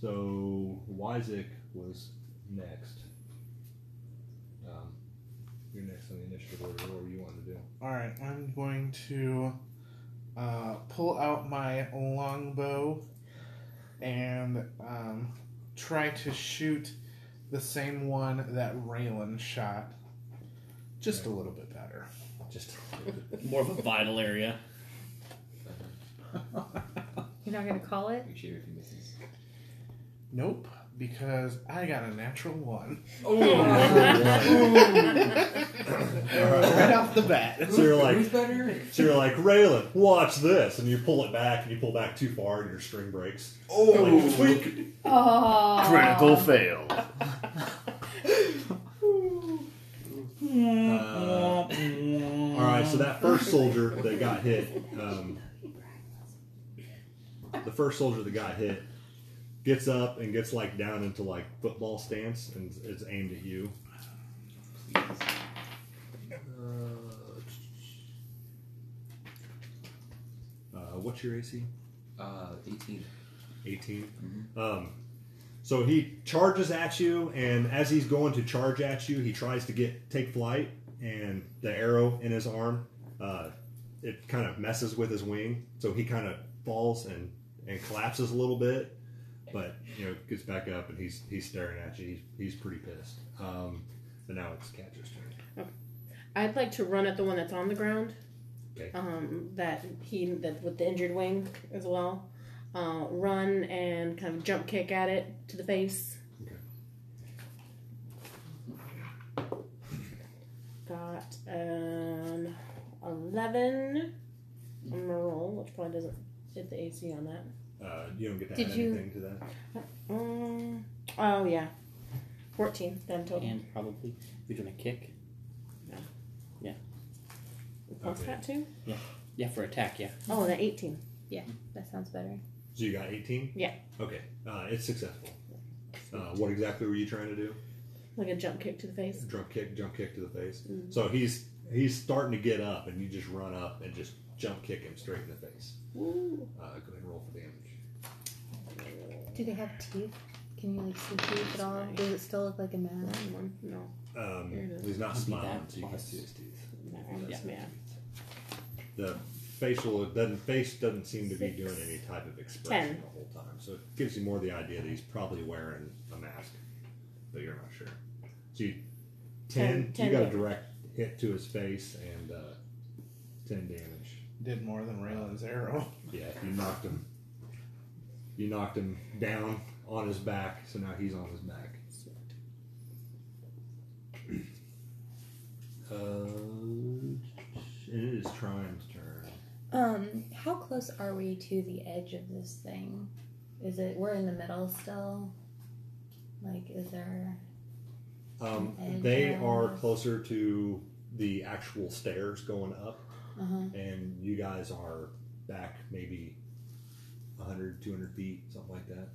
Speaker 8: so Wysick was next. Um, you're next on the initiative order. What were you wanting to do?
Speaker 5: All right, I'm going to uh, pull out my longbow and um, try to shoot the same one that Raylan shot, just a little bit better.
Speaker 8: Just
Speaker 6: More of a vital area.
Speaker 3: You're not gonna call it?
Speaker 10: Make sure if he misses.
Speaker 5: Nope, because I got a natural one
Speaker 8: Oh,
Speaker 5: right off the bat.
Speaker 8: So you're like,
Speaker 10: better?
Speaker 8: so you're like, Raylan, watch this, and you pull it back, and you pull back too far, and your string breaks.
Speaker 10: Oh,
Speaker 8: Tweak.
Speaker 3: Oh.
Speaker 2: Critical fail.
Speaker 8: Uh, all right, so that first soldier that got hit, um, the first soldier that got hit, gets up and gets like down into like football stance and is aimed at you. Uh, what's your AC?
Speaker 10: uh, 18.
Speaker 8: 18. Um, so he charges at you, and as he's going to charge at you, he tries to get take flight, and the arrow in his arm, uh, it kind of messes with his wing, so he kind of falls and and collapses a little bit, but you know gets back up, and he's he's staring at you. He's, he's pretty pissed. Um, and now it's Catcher's turn.
Speaker 7: I'd like to run at the one that's on the ground.
Speaker 8: Okay.
Speaker 7: Um, that he that with the injured wing as well. Uh, run and kind of jump kick at it to the face.
Speaker 8: Okay.
Speaker 7: Got an eleven. I'm gonna roll, which probably doesn't hit the AC on that.
Speaker 8: Uh, you don't get to
Speaker 3: Did
Speaker 8: add
Speaker 3: you-
Speaker 8: anything to that.
Speaker 7: Um, oh yeah, fourteen then total.
Speaker 6: And probably you're gonna kick.
Speaker 7: Plus
Speaker 8: Okay.
Speaker 7: that too.
Speaker 6: Yeah, for attack. Yeah.
Speaker 7: Oh, that eighteen.
Speaker 3: That sounds better.
Speaker 8: So you got 18.
Speaker 7: Yeah.
Speaker 8: Okay. Uh, it's successful. Uh, what exactly were you trying to do?
Speaker 7: Like a jump kick to the face.
Speaker 8: Jump kick, jump kick to the face.
Speaker 7: Mm-hmm.
Speaker 8: So he's he's starting to get up, and you just run up and just jump kick him straight in the face. Uh, go ahead and roll for damage.
Speaker 3: Do they have teeth? Can you like see teeth at all? Does it still look like a
Speaker 7: Wrong
Speaker 3: mask?
Speaker 7: one. No. Here it
Speaker 8: Um,
Speaker 7: is.
Speaker 8: he's not
Speaker 6: It'd be
Speaker 8: smiling,
Speaker 6: that
Speaker 8: so you can
Speaker 6: plus-
Speaker 8: see his teeth.
Speaker 7: no. Yeah.
Speaker 8: That's
Speaker 7: yeah.
Speaker 8: The facial it doesn't face doesn't seem to be
Speaker 7: Six.
Speaker 8: doing any type of expression
Speaker 7: Ten.
Speaker 8: the whole time, so it gives you more the idea that he's probably wearing a mask, but you're not sure. So you ten,
Speaker 7: Ten- ten
Speaker 8: you got a
Speaker 7: damage.
Speaker 8: direct hit to his face and uh, ten damage.
Speaker 5: Did more than Raylan's arrow.
Speaker 8: Yeah, you knocked him. You knocked him down on his back, so now he's on his back. Uh, and it is Trine's turn.
Speaker 3: Um, how close are we to the edge of this thing? Is it we're in the middle still? Like, is there?
Speaker 8: Um,
Speaker 3: And,
Speaker 8: they
Speaker 3: uh,
Speaker 8: are closer to the actual stairs going up,
Speaker 3: Uh huh.
Speaker 8: and you guys are back maybe 100, 200 feet, something like that.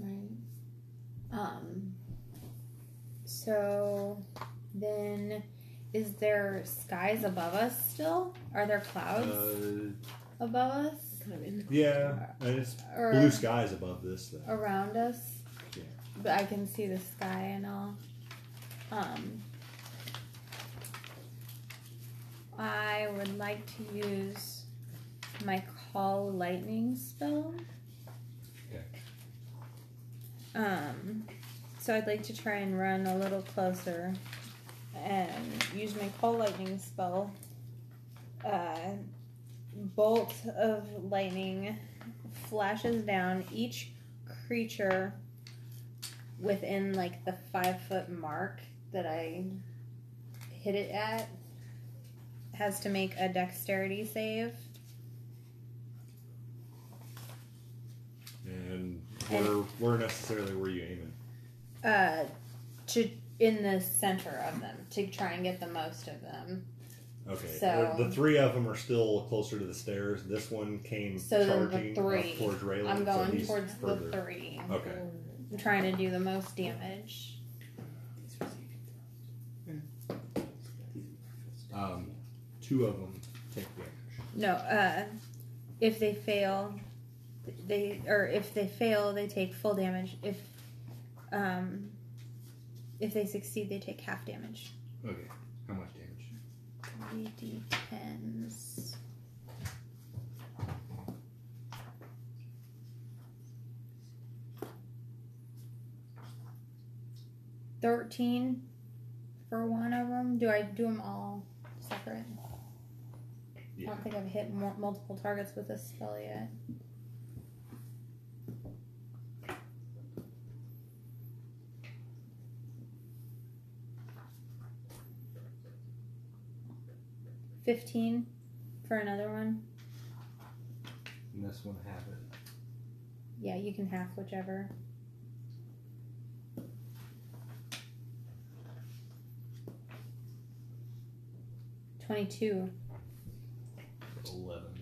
Speaker 3: Right. Um. So, then, is there skies above us still? Are there clouds
Speaker 8: Uh,
Speaker 3: above us
Speaker 7: Kind of in the
Speaker 8: yeah, and it's
Speaker 3: or
Speaker 8: blue skies above this thing.
Speaker 3: around us?
Speaker 8: Yeah.
Speaker 3: But I can see the sky and all. Um. I would like to use my call lightning spell.
Speaker 8: Okay.
Speaker 3: Um, so I'd like to try and run a little closer and use my call lightning spell. Uh, bolt of lightning flashes down each creature within like the five foot mark that I hit it at has to make a dexterity save.
Speaker 8: And where, where necessarily were you aiming?
Speaker 3: Uh, to in the center of them to try and get the most of them.
Speaker 8: Okay.
Speaker 3: So-
Speaker 8: the three of them are still closer to the stairs. This one came
Speaker 3: So then the
Speaker 8: charging up
Speaker 3: three.
Speaker 8: towards Raylan.
Speaker 3: I'm
Speaker 8: so
Speaker 3: going
Speaker 8: he's
Speaker 3: towards
Speaker 8: further.
Speaker 3: the three.
Speaker 8: Okay.
Speaker 3: trying to do the most damage.
Speaker 8: Um, two of them take damage.
Speaker 3: No, uh, if they fail, they or if they fail, they take full damage. If um, if they succeed, they take half damage.
Speaker 8: Okay, how much damage?
Speaker 3: Three d tens. Thirteen for one of them. Do I do them all separate? I
Speaker 8: Yeah.
Speaker 3: don't think I've hit mul- multiple targets with this spell yet. Fifteen for another one.
Speaker 8: And this one happened.
Speaker 3: Yeah, you can half whichever. Twenty-two.
Speaker 8: Eleven.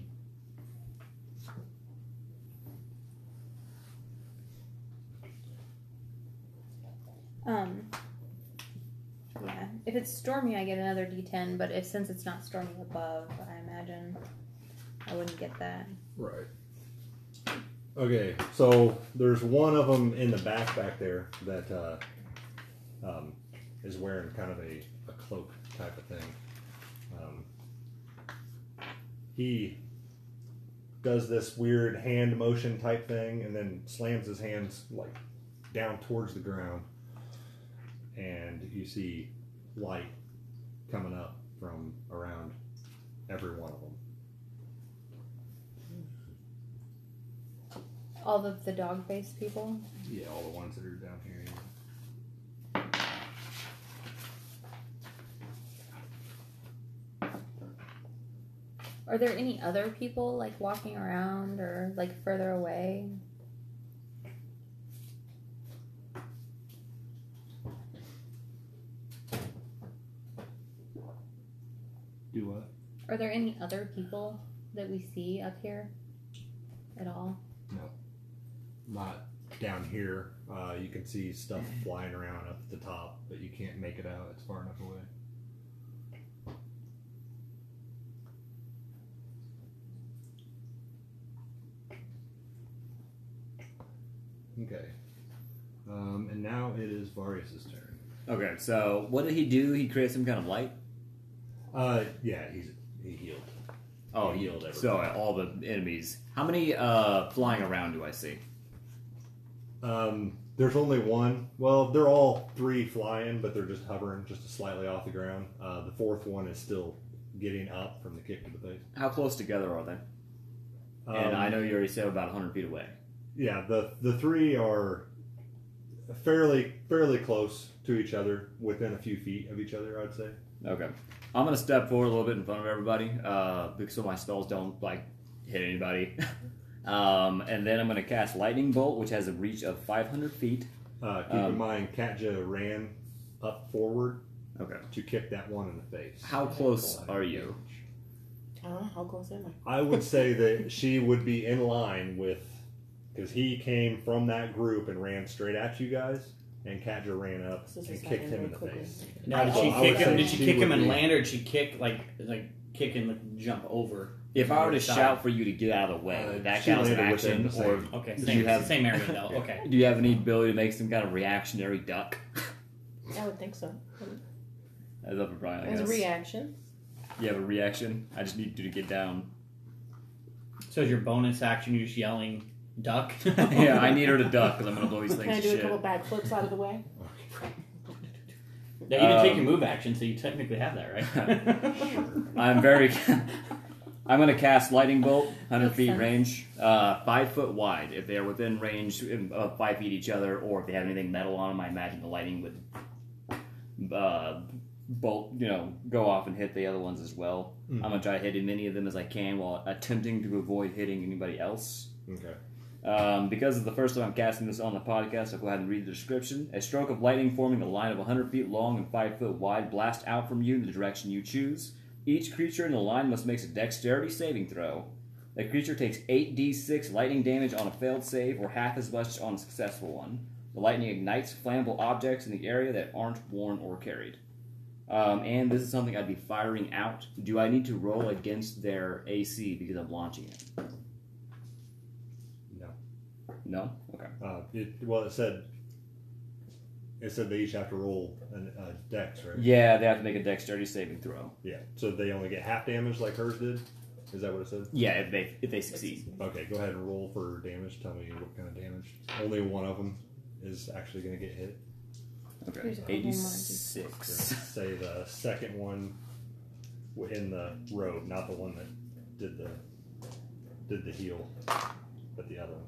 Speaker 3: Um. Yeah. If it's stormy, I get another D10. But if since it's not stormy above, I imagine I wouldn't get that.
Speaker 8: Right. Okay, so there's one of them in the back back there that uh, um, is wearing kind of a, a cloak type of thing. Um, he does this weird hand motion type thing and then slams his hands like down towards the ground. And you see light coming up from around every one of them.
Speaker 3: All of the dog face people.
Speaker 8: Yeah, all the ones that are down here. Yeah.
Speaker 3: Are there any other people like walking around or like further away?
Speaker 8: Do what?
Speaker 3: Are there any other people that we see up here at all?
Speaker 8: Not down here. Uh, you can see stuff flying around up at the top, but you can't make it out. It's far enough away. Okay. Um, and now it is Varius' turn.
Speaker 2: Okay, so what did he do? He created some kind of light.
Speaker 8: Uh, yeah, he's he healed.
Speaker 2: Oh, he
Speaker 8: Healed
Speaker 2: So uh, all the enemies. How many uh, flying around do I see?
Speaker 8: Um, there's only one. Well, they're all three flying, but they're just hovering, just slightly off the ground. Uh, the fourth one is still getting up from the kick to the face.
Speaker 2: How close together are they? and
Speaker 8: Um,
Speaker 2: I know you already said about 100 feet away.
Speaker 8: Yeah, the the three are fairly fairly close to each other, within a few feet of each other. I'd say.
Speaker 2: Okay. I'm going to step forward a little bit in front of everybody uh, because so my spells don't, like, hit anybody. um, and then I'm going to cast Lightning Bolt, which has a reach of 500 feet.
Speaker 8: Uh, keep in
Speaker 2: Um,
Speaker 8: mind, Katja ran up forward
Speaker 2: Okay.
Speaker 8: to kick that one in the face.
Speaker 2: How close are you?
Speaker 7: I don't know how close am I?
Speaker 8: I would say that she would be in line with because he came from that group and ran straight at you guys, and Kadja ran up
Speaker 7: This is
Speaker 8: and
Speaker 7: just
Speaker 8: kicked
Speaker 7: happening
Speaker 8: him in the
Speaker 7: quickly.
Speaker 8: face.
Speaker 6: Now, did
Speaker 8: So
Speaker 6: she
Speaker 8: I
Speaker 6: kick
Speaker 8: would
Speaker 6: him?
Speaker 8: say
Speaker 6: Did she, kick
Speaker 8: would
Speaker 6: him and
Speaker 8: be-
Speaker 6: land, or did she kick like like kick and like, jump over?
Speaker 2: If I were to
Speaker 6: Side.
Speaker 2: shout for you to get out of the way,
Speaker 8: Uh,
Speaker 2: would that
Speaker 8: she
Speaker 2: counts as
Speaker 8: landed within
Speaker 2: action,
Speaker 8: the
Speaker 2: or
Speaker 8: same-
Speaker 6: Okay,
Speaker 2: Do
Speaker 6: same,
Speaker 2: you have-
Speaker 6: same area though.
Speaker 8: Yeah.
Speaker 6: Okay.
Speaker 2: do you have any ability to make some kind of reactionary duck?
Speaker 7: I would think so.
Speaker 2: That's up for Brian. I
Speaker 7: As a
Speaker 2: guess.
Speaker 7: reaction,
Speaker 2: you have a reaction. I just need you to get down.
Speaker 6: So is your bonus action, you're just yelling duck.
Speaker 2: yeah, I need her to duck because I'm gonna blow these
Speaker 7: can I
Speaker 2: things to
Speaker 7: do a
Speaker 2: shit.
Speaker 7: couple backflips out of the way?
Speaker 6: Now, you didn't take
Speaker 2: Um,
Speaker 6: your move action, so you technically have that, right?
Speaker 2: I'm very. I'm gonna cast lightning bolt, hundred
Speaker 3: Makes
Speaker 2: feet
Speaker 3: sense.
Speaker 2: range, uh, five foot wide. If they are within range of five feet each other, or if they have anything metal on them, I imagine the lightning would uh, bolt, you know, go off and hit the other ones as well. I'm gonna try to hit as many of them as I can while attempting to avoid hitting anybody else.
Speaker 8: Okay.
Speaker 2: Um, because it's the first time I'm casting this on the podcast, I'll go ahead and read the description. A stroke of lightning forming a line of 100 feet long and 5 foot wide blasts out from you in the direction you choose. Each creature in the line must make a dexterity saving throw. The creature takes 8d6 lightning damage on a failed save or half as much on a successful one. The lightning ignites flammable objects in the area that aren't worn or carried. Um, and this is something I'd be firing out. Do I need to roll against their AC because I'm launching it?
Speaker 8: No.
Speaker 2: No? Okay.
Speaker 8: Uh, it, well, it said it said they each have to roll an, a dex, right?
Speaker 2: Yeah, they have to make a dexterity saving throw.
Speaker 8: Yeah. So they only get half damage like hers did. Is that what it said?
Speaker 2: Yeah, if they if they succeed.
Speaker 8: Okay, go ahead and roll for damage. Tell me what kind of damage. Only one of them is actually going to get hit.
Speaker 2: Okay. Eighty six.
Speaker 8: Say the second one in the road, not the one that did the did the heal, but the other one.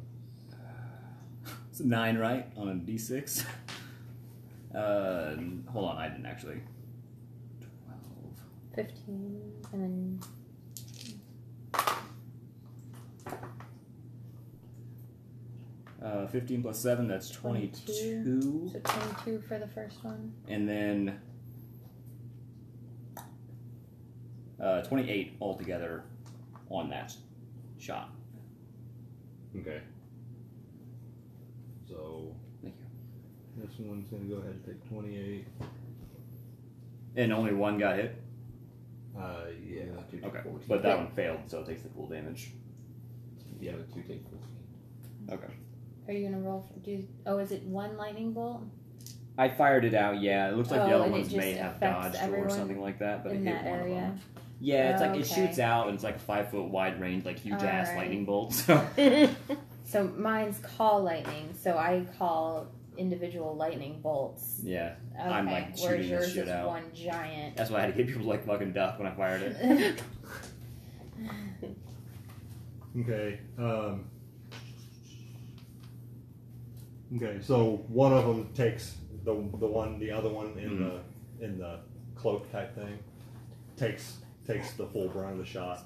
Speaker 2: It's a nine, right? On a D six. Uh, hold on, I didn't actually. Twelve.
Speaker 3: 15 and then
Speaker 2: Uh, fifteen plus seven, that's twenty
Speaker 3: 22.
Speaker 2: two.
Speaker 3: so 22 for the first one.
Speaker 2: and then uh, 28 altogether on that shot.
Speaker 8: Okay. So
Speaker 2: Thank you.
Speaker 9: This one's gonna go ahead and take 28.
Speaker 2: And only one got hit.
Speaker 9: Uh, yeah. two
Speaker 2: Okay,
Speaker 9: 14.
Speaker 2: but that one failed, so it takes the full damage.
Speaker 10: The other two take 14.
Speaker 2: Okay.
Speaker 3: Are you gonna roll? For, do you, oh, is it one lightning bolt?
Speaker 2: I fired it out. Yeah, it looks like
Speaker 3: Oh,
Speaker 2: the other
Speaker 3: and it
Speaker 2: ones may
Speaker 3: just
Speaker 2: have
Speaker 3: affects
Speaker 2: dodged or
Speaker 3: everyone
Speaker 2: something like that, but
Speaker 3: in
Speaker 2: it hit
Speaker 3: that
Speaker 2: one
Speaker 3: area? Oh,
Speaker 2: of them. Yeah, it's like it
Speaker 3: Okay.
Speaker 2: shoots out, and it's like a five foot wide range, like huge ass
Speaker 3: Alright.
Speaker 2: lightning bolt. So
Speaker 3: So mine's call lightning, so I call individual lightning bolts.
Speaker 2: yeah,
Speaker 3: Okay,
Speaker 2: I'm, like, shooting
Speaker 3: whereas
Speaker 2: this
Speaker 3: yours
Speaker 2: shit
Speaker 3: is
Speaker 2: out.
Speaker 3: one giant.
Speaker 2: that's why I had to hit people like fucking duck when I fired it.
Speaker 8: Okay. Um, okay. So one of them takes the the one the other one in the in the cloak type thing takes takes the full brunt of the shot,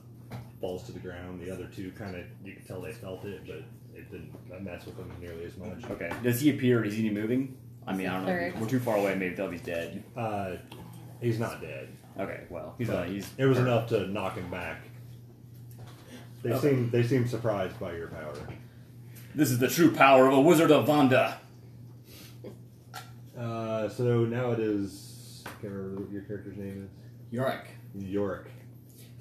Speaker 8: falls to the ground. The other two kind of you can tell they felt it, but it didn't mess with them nearly as much.
Speaker 2: Okay, does he appear? Is he moving? I mean, I don't know.
Speaker 3: Third.
Speaker 2: We're too far away. Maybe Dubby's dead.
Speaker 8: Uh, he's not dead.
Speaker 2: Okay, well, he's
Speaker 8: but
Speaker 2: not. He's
Speaker 8: it was enough to knock him back. They
Speaker 2: Okay.
Speaker 8: seem they seem surprised by your power.
Speaker 2: This is the true power of a wizard of Vonda.
Speaker 8: Uh, so now it is. I can't remember what your character's name
Speaker 6: Yurik.
Speaker 8: is. Yorick.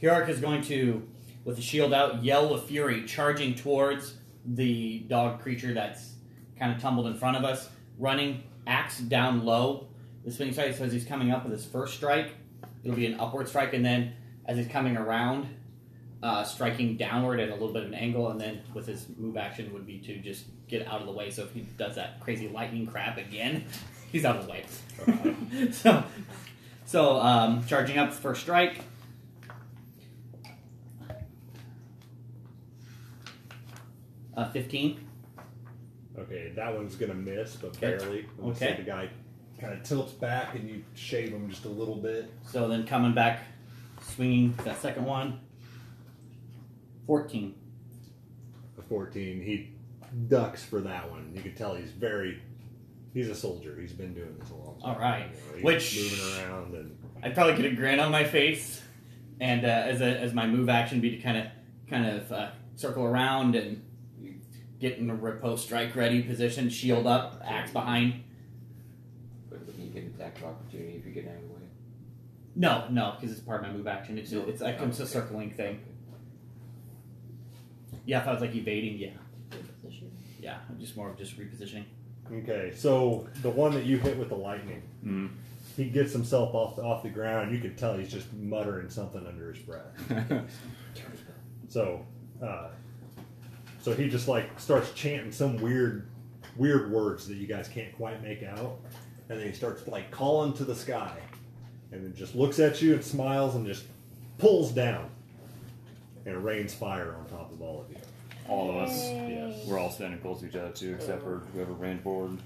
Speaker 6: Yurik is going to, with the shield out, yell with fury, charging towards the dog creature that's kind of tumbled in front of us, running, axe down low. The spinning strike says he's coming up with his first strike. It'll be an upward strike, and then as he's coming around, uh, striking downward at a little bit of an angle, and then with his move action would be to just get out of the way. So if he does that crazy lightning crap again, he's out of the way. so, so um, charging up first strike. Uh, 15.
Speaker 8: Okay, that one's gonna miss, but
Speaker 6: Okay.
Speaker 8: barely. Looks
Speaker 6: Okay.
Speaker 8: like the guy kind of tilts back, and you shave him just a little bit.
Speaker 6: So then coming back, swinging that second one. 14.
Speaker 8: A fourteen. He ducks for that one. You can tell he's very. He's a soldier. He's been doing this a long time.
Speaker 6: All right.
Speaker 8: You know, he's
Speaker 6: Which-
Speaker 8: moving around and
Speaker 6: I'd probably get a grin on my face, and uh, as, a, as my move action be to kind of kind of uh, circle around and get in a riposte strike ready position, shield up, axe behind.
Speaker 10: But you get attack of opportunity if you get out of the way.
Speaker 6: No, no, because it's part of my move action. It's
Speaker 10: No.
Speaker 6: it's like it's a circling thing. Yeah, if I was like evading, yeah, yeah, I'm just more of just repositioning.
Speaker 8: okay, so the one that you hit with the lightning,
Speaker 2: Mm.
Speaker 8: he gets himself off off the ground. You can tell he's just muttering something under his breath. So, uh, so he just like starts chanting some weird, weird words that you guys can't quite make out, and then he starts like calling to the sky, and then just looks at you and smiles and just pulls down, and it rains fire on top of all of you.
Speaker 2: all of us.
Speaker 8: Yes.
Speaker 2: We're all standing close to each other too, except for whoever ran forward.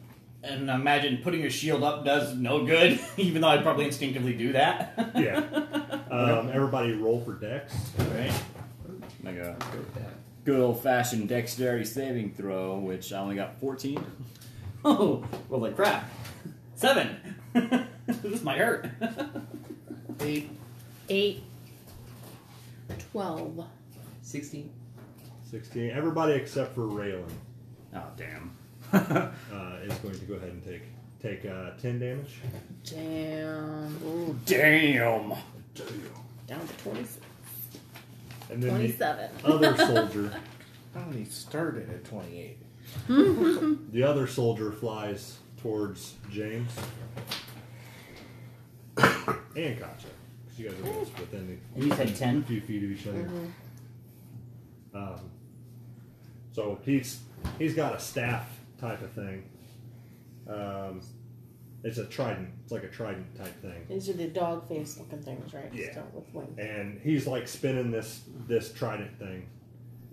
Speaker 6: And I imagine putting your shield up does no good, even though I'd probably instinctively do that.
Speaker 8: Yeah. Um, everybody roll for dex.
Speaker 6: Right.
Speaker 2: Like a
Speaker 10: Go with that.
Speaker 2: good old fashioned dexterity saving throw, which I only got 14.
Speaker 6: Oh, well, like crap. Seven. this might hurt.
Speaker 5: Eight.
Speaker 7: 8, 12.
Speaker 10: 16.
Speaker 8: Sixteen. Everybody except for Raylan.
Speaker 2: Oh damn.
Speaker 8: uh, is going to go ahead and take take uh, ten damage.
Speaker 7: Damn. Ooh,
Speaker 2: Damn.
Speaker 7: Down to 26.
Speaker 8: And then the
Speaker 7: 27.
Speaker 8: other soldier,
Speaker 5: I only started at 28.
Speaker 8: the other soldier flies towards James and Katja. 'cause You guys are both within the,
Speaker 6: And you said 10?
Speaker 8: a few feet of each other. Um, so he's he's got a staff type of thing. Um, it's a trident. It's like a trident type thing.
Speaker 7: These are the dog face looking things, right?
Speaker 8: Yeah.
Speaker 7: Still with wings.
Speaker 8: and he's like spinning this this trident thing,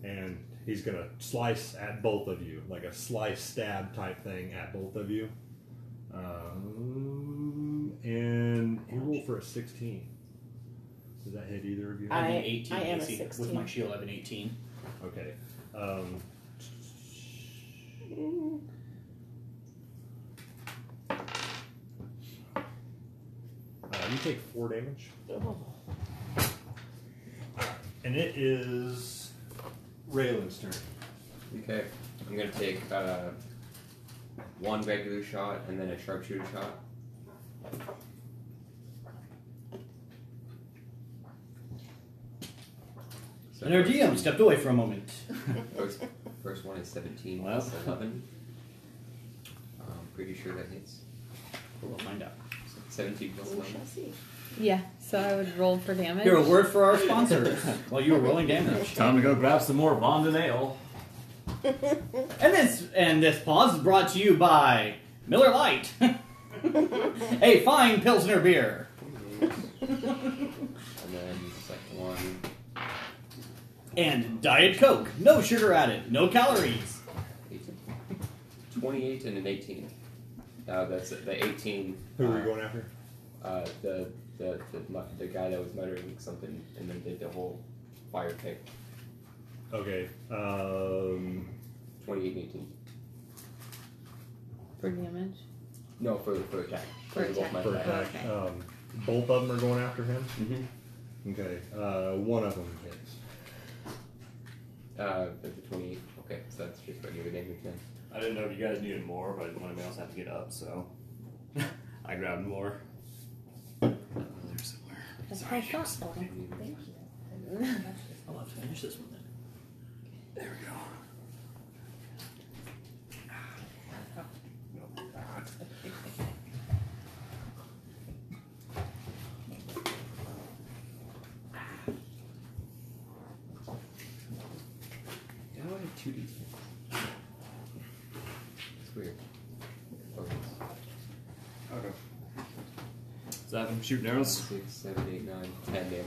Speaker 8: and he's gonna slice at both of you, like a slice stab type thing at both of you. Um, and he rolled for a sixteen. Does that hit either of you?
Speaker 6: I have
Speaker 7: I-
Speaker 6: an 18
Speaker 7: I am a
Speaker 6: AC. With
Speaker 7: 16.
Speaker 6: my shield, I have an 18.
Speaker 8: Okay. Um, uh, you take four damage,
Speaker 7: Oh.
Speaker 8: and it is Raylan's turn.
Speaker 10: Okay, I'm gonna take uh, one regular shot and then a sharpshooter shot. So
Speaker 6: And our DM stepped away for a moment.
Speaker 10: First, first one is 17
Speaker 6: Well.
Speaker 10: plus 11. I'm pretty sure that hits.
Speaker 6: We'll find out.
Speaker 10: 17 plus
Speaker 7: We
Speaker 10: 11.
Speaker 7: shall see.
Speaker 3: Yeah, so I would roll for damage.
Speaker 6: Here, a word for our sponsors. While you were rolling damage.
Speaker 2: Time to go grab some more Bond and Ale.
Speaker 6: And this and this pause is brought to you by Miller Lite, a fine Pilsner beer.
Speaker 10: And then the second one.
Speaker 6: And Diet Coke. No sugar added, no calories.
Speaker 10: 18. 28 and an 18. Uh, that's the 18.
Speaker 8: Who are
Speaker 10: uh,
Speaker 8: you going after?
Speaker 10: Uh, the, the, the, mu- the guy that was muttering something and then did the whole fire kick.
Speaker 8: Okay. Um,
Speaker 10: 28 and 18.
Speaker 3: for damage.
Speaker 10: No, for, for attack.
Speaker 3: For
Speaker 10: both
Speaker 3: attack.
Speaker 10: my
Speaker 8: for
Speaker 10: attacks.
Speaker 8: attack.
Speaker 3: Okay.
Speaker 8: Um, both of them are going after him.
Speaker 10: Mhm.
Speaker 8: Okay. Uh, one of them hits.
Speaker 10: Uh, that's a 28. Okay, so that's just regular damage then.
Speaker 2: I didn't know if you guys needed more, but I didn't want anyone else to have to get up, so I grabbed more. Oh, there's somewhere.
Speaker 3: That's my thought. though. Thank you.
Speaker 6: I'll have to finish this one then.
Speaker 2: There we go.
Speaker 10: Now I have 2d10. It's weird. Okay.
Speaker 2: Okay. So I'm shooting arrows.
Speaker 10: Six, seven, eight, nine, ten damage.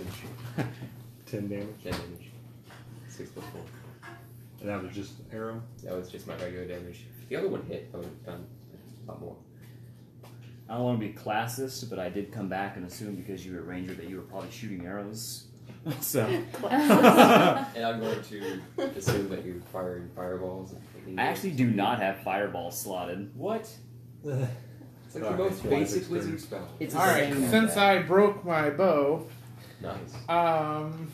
Speaker 8: Ten damage.
Speaker 10: Ten damage. Six plus four.
Speaker 8: And that was just arrow.
Speaker 10: That was just my regular damage. If the other one hit, I would have done a lot more.
Speaker 2: I don't want to be classist, but I did come back and assume because you were a ranger that you were probably shooting arrows. So I
Speaker 10: And I'm going to assume that you're firing fireballs. if you need
Speaker 2: actually do not have fireball slotted. What?
Speaker 10: it. it's like the
Speaker 8: Alright,
Speaker 10: most
Speaker 8: why
Speaker 10: basic
Speaker 8: six
Speaker 10: wizard
Speaker 8: turns?
Speaker 10: spell.
Speaker 2: It's a
Speaker 5: Alright,
Speaker 2: same-
Speaker 5: since I broke my bow,
Speaker 10: nice.
Speaker 5: um,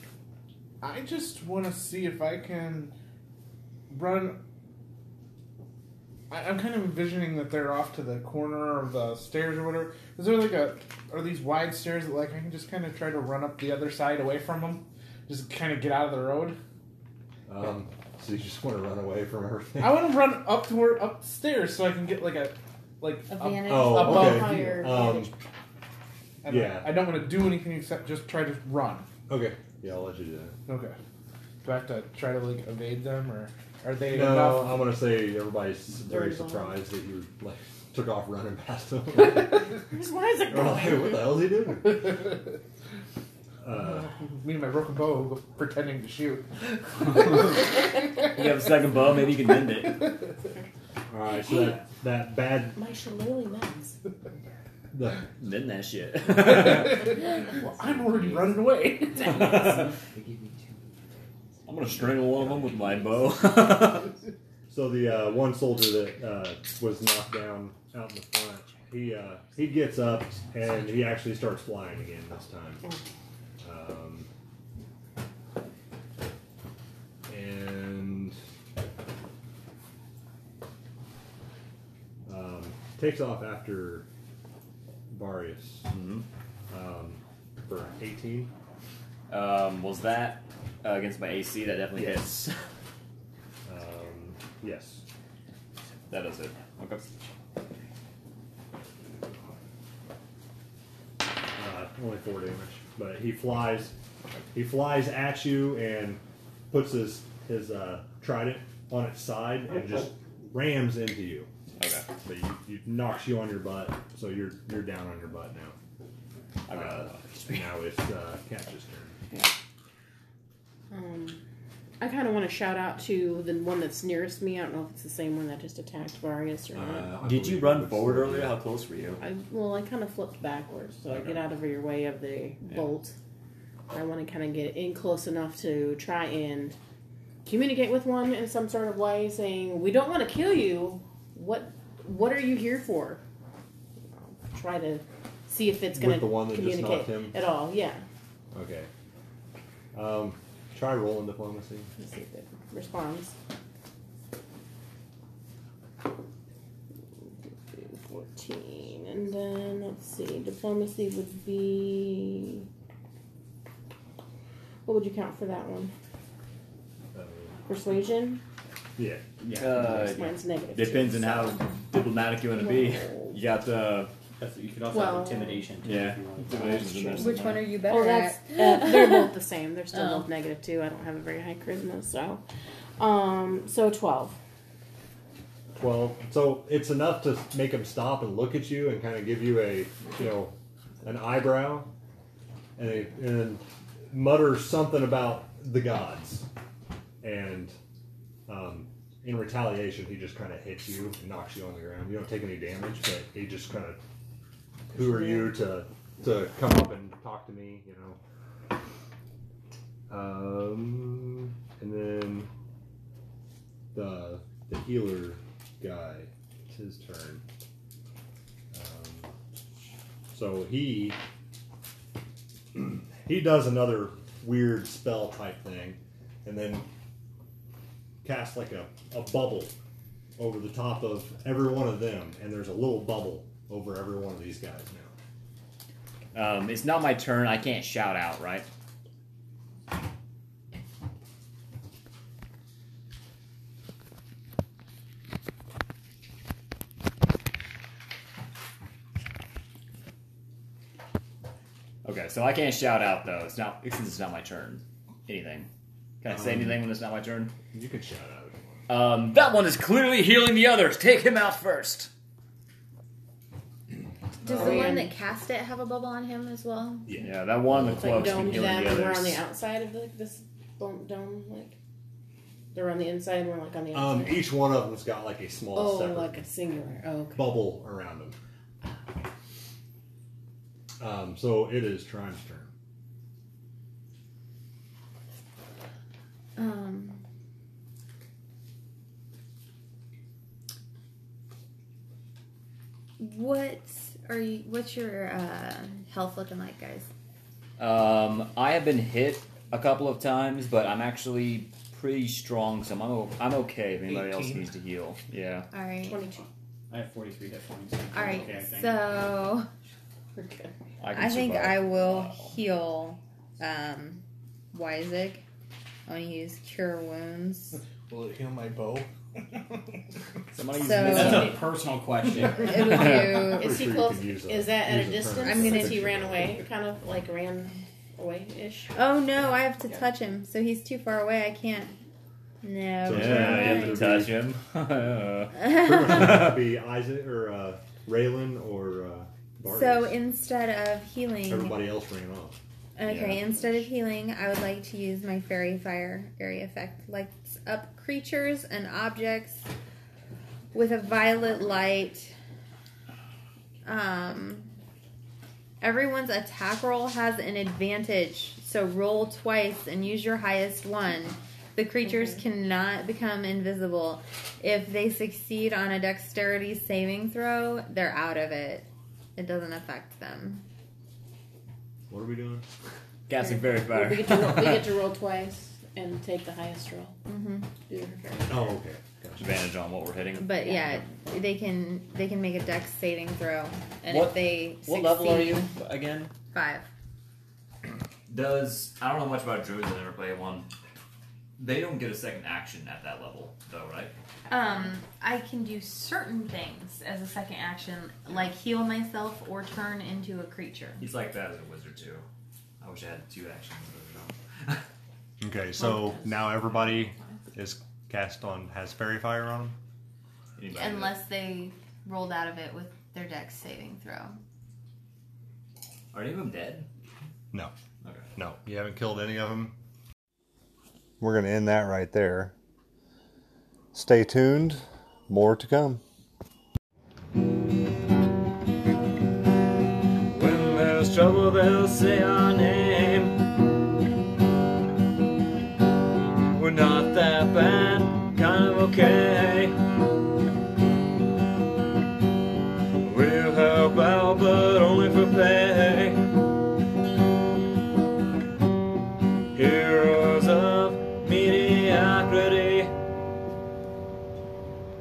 Speaker 5: I just want to see if I can run. I, I'm kind of envisioning that they're off to the corner of the stairs or whatever. Is there like a. Are these wide stairs that like I can just kind of try to run up the other side away from them? Just kind of get out of the road?
Speaker 8: Um, so you just want to run away from everything.
Speaker 5: I want to run up toward upstairs so I can get like a like
Speaker 3: A
Speaker 5: up-
Speaker 3: vantage.
Speaker 8: Oh,
Speaker 5: Above
Speaker 8: okay.
Speaker 7: higher
Speaker 8: Um,
Speaker 5: and I-
Speaker 8: Yeah.
Speaker 5: I, don't want to do anything except just try to run.
Speaker 8: okay. Yeah, I'll let you do that.
Speaker 5: Okay. Do I have to try to like evade them or are they
Speaker 8: No,
Speaker 5: enough?
Speaker 8: I'm gonna say everybody's very
Speaker 7: Dirty bomb.
Speaker 8: surprised that you like took off running past them. They're
Speaker 7: Why is it
Speaker 8: like,
Speaker 7: going?
Speaker 8: what the hell is he doing? Uh,
Speaker 5: Me and my broken bow pretending to shoot.
Speaker 2: You have a second bow, maybe you can bend it.
Speaker 8: all right, so that, that bad
Speaker 7: My shillelagh nuts.
Speaker 8: the,
Speaker 2: Bend that shit.
Speaker 5: Well, I'm already running away.
Speaker 2: I'm
Speaker 10: They give me two.
Speaker 2: gonna strangle one of them with my bow.
Speaker 8: so the uh, one soldier that uh, was knocked down out in the front, he uh, he gets up and he actually starts flying again this time. Um, and um, takes off after Varius. Um, for 18.
Speaker 2: Um, was that uh, against my AC? That definitely hits.
Speaker 8: Um, yes.
Speaker 2: That is it. Okay.
Speaker 8: Uh, only four damage, but he flies. He flies at you and puts his his uh, trident on its side and just rams into you.
Speaker 2: Okay.
Speaker 8: But you, you knocks you on your butt, so you're you're down on your butt now.
Speaker 2: I got
Speaker 8: Uh, now it's uh, Catch's turn.
Speaker 7: Um, I kind of want to shout out to the one that's nearest me. I don't know if it's the same one that just attacked Varius or
Speaker 8: Uh,
Speaker 7: not.
Speaker 9: I
Speaker 2: Did you
Speaker 9: believe
Speaker 2: run
Speaker 9: it's-
Speaker 2: forward earlier? How close were you?
Speaker 7: I, well, I kind of flipped backwards, so I
Speaker 2: Okay.
Speaker 7: get out of your way of the bolt. I want to kind of get in close enough to try and communicate with one in some sort of way, saying, "We don't want to kill you. What What are you here for?" Try to see if it's going
Speaker 8: With
Speaker 7: to
Speaker 8: the one that just
Speaker 7: communicate
Speaker 8: knocked him?
Speaker 7: at all. Yeah.
Speaker 8: Okay. Um, try rolling diplomacy.
Speaker 7: Let's see if it responds. 14. And then, let's see, diplomacy would be. What would you count for that one?
Speaker 8: Uh,
Speaker 7: Persuasion?
Speaker 8: yeah.
Speaker 2: Yeah.
Speaker 7: Mine's negative. two,
Speaker 2: Uh,
Speaker 7: Oh,
Speaker 2: depends on
Speaker 7: so-
Speaker 2: how diplomatic you want to be. You got the
Speaker 6: That's, you could also
Speaker 7: Well-
Speaker 6: have intimidation. Too,
Speaker 2: yeah.
Speaker 6: if you wanted to.
Speaker 2: Intimidation's in there
Speaker 3: Which one
Speaker 2: somewhere.
Speaker 3: are you better
Speaker 7: Oh, that's.
Speaker 3: at?
Speaker 7: Uh, they're both the same. They're still
Speaker 3: Oh.
Speaker 7: both negative two. I don't have a very high charisma, so. Um, so 12.
Speaker 8: Well, so it's enough to make him stop and look at you and kind of give you a, you know, an eyebrow, and a, and mutter something about the gods, and um, in retaliation he just kind of hits you and knocks you on the ground. You don't take any damage, but he just kind of, who are you to to come up and talk to me, you know? Um, and then the the healer guy. It's his turn. Um, so he he does another weird spell type thing, and then casts like a, a bubble over the top of every one of them, and there's a little bubble over every one of these guys now.
Speaker 2: Um, it's not my turn. I can't shout out, right? Okay, so I can't shout out though. It's not since it's not my turn. Anything? Can I say anything when it's not my turn?
Speaker 8: Um, You can shout out if you want.
Speaker 2: Um, that one is clearly healing the others. Take him out first.
Speaker 3: Does
Speaker 2: Um,
Speaker 3: the one that cast it have a bubble on him as well?
Speaker 2: Yeah, that one in the
Speaker 7: It's like
Speaker 2: club's been
Speaker 7: domed
Speaker 2: healing
Speaker 7: them,
Speaker 2: the
Speaker 7: and
Speaker 2: others.
Speaker 7: we're on the outside of the, this dome, dome, like they're on the inside, and we're like on the outside.
Speaker 8: Um, each one of them's got like a small
Speaker 7: oh,
Speaker 8: separate
Speaker 7: like a singular. Oh, okay.
Speaker 8: bubble around them. Um, so it is Trine's turn.
Speaker 3: Um. What are you? What's your uh, health looking like, guys?
Speaker 2: Um, I have been hit a couple of times, but I'm actually pretty strong, so I'm o- I'm okay if anybody else
Speaker 5: 18.
Speaker 2: needs to heal. Yeah.
Speaker 3: All right.
Speaker 7: Twenty-two.
Speaker 6: I have 43 hit points.
Speaker 3: All right.
Speaker 6: Okay, I think.
Speaker 3: so
Speaker 7: We're good.
Speaker 2: can
Speaker 3: I think
Speaker 2: survive.
Speaker 3: I will
Speaker 2: Wow.
Speaker 3: heal um, Wisaac. I want to use Cure Wounds.
Speaker 5: Will it heal my bow?
Speaker 2: Somebody use
Speaker 3: So-
Speaker 6: That's
Speaker 2: medicine.
Speaker 6: a personal question.
Speaker 3: It would do.
Speaker 7: Is
Speaker 8: Pretty sure
Speaker 7: he
Speaker 8: you
Speaker 7: close?
Speaker 8: could use a-
Speaker 7: Is that at
Speaker 8: use
Speaker 7: a
Speaker 8: a
Speaker 7: distance?
Speaker 8: turn.
Speaker 3: I'm gonna-
Speaker 7: since he ran away, kind of like ran away ish.
Speaker 3: Oh no! I have to touch him, so he's too far away. I can't. No.
Speaker 8: So it's
Speaker 2: Yeah, you have to touch
Speaker 8: Alright.
Speaker 2: him.
Speaker 8: Pretty much have to be Isaac or uh, Raylan or uh, Barnes.
Speaker 3: so instead of healing,
Speaker 8: everybody else ran off.
Speaker 3: Okay,
Speaker 2: Yeah.
Speaker 3: instead of healing, I would like to use my fairy fire area effect. Lights up creatures and objects with a violet light. Um, everyone's attack roll has an advantage, so roll twice and use your highest one. The creatures cannot become invisible. If they succeed on a dexterity saving throw, they're out of it. It doesn't affect them.
Speaker 8: What are we doing?
Speaker 2: Casting fairy fire.
Speaker 7: We get, to roll, we get to roll twice and take the highest roll.
Speaker 3: hmm
Speaker 7: Do your fairy.
Speaker 8: Oh, okay.
Speaker 6: advantage on what we're hitting.
Speaker 3: But yeah, they can they can make a dex saving throw, and if
Speaker 6: What-
Speaker 3: they
Speaker 6: What level are
Speaker 3: succeed-
Speaker 6: you again?
Speaker 3: Five.
Speaker 6: Does I don't know much about druids. I never played one. They don't get a second action at that level, though, right?
Speaker 3: Um, I can do certain things as a second action, like heal myself or turn into a creature.
Speaker 6: He's like that as a wizard too. I wish I had two actions.
Speaker 8: Okay, so now everybody is cast on has fairy fire on them.
Speaker 6: Anybody
Speaker 3: Unless they rolled out of it with their dex saving throw.
Speaker 6: that- Are any of them dead?
Speaker 8: No.
Speaker 6: Okay.
Speaker 8: No, you haven't killed any of them. We're going to end that right there. Stay tuned. More to come.
Speaker 2: When there's trouble, they'll say our name. We're not that bad, kind of okay. We'll help out, but only for pay. Heroes of mediocrity.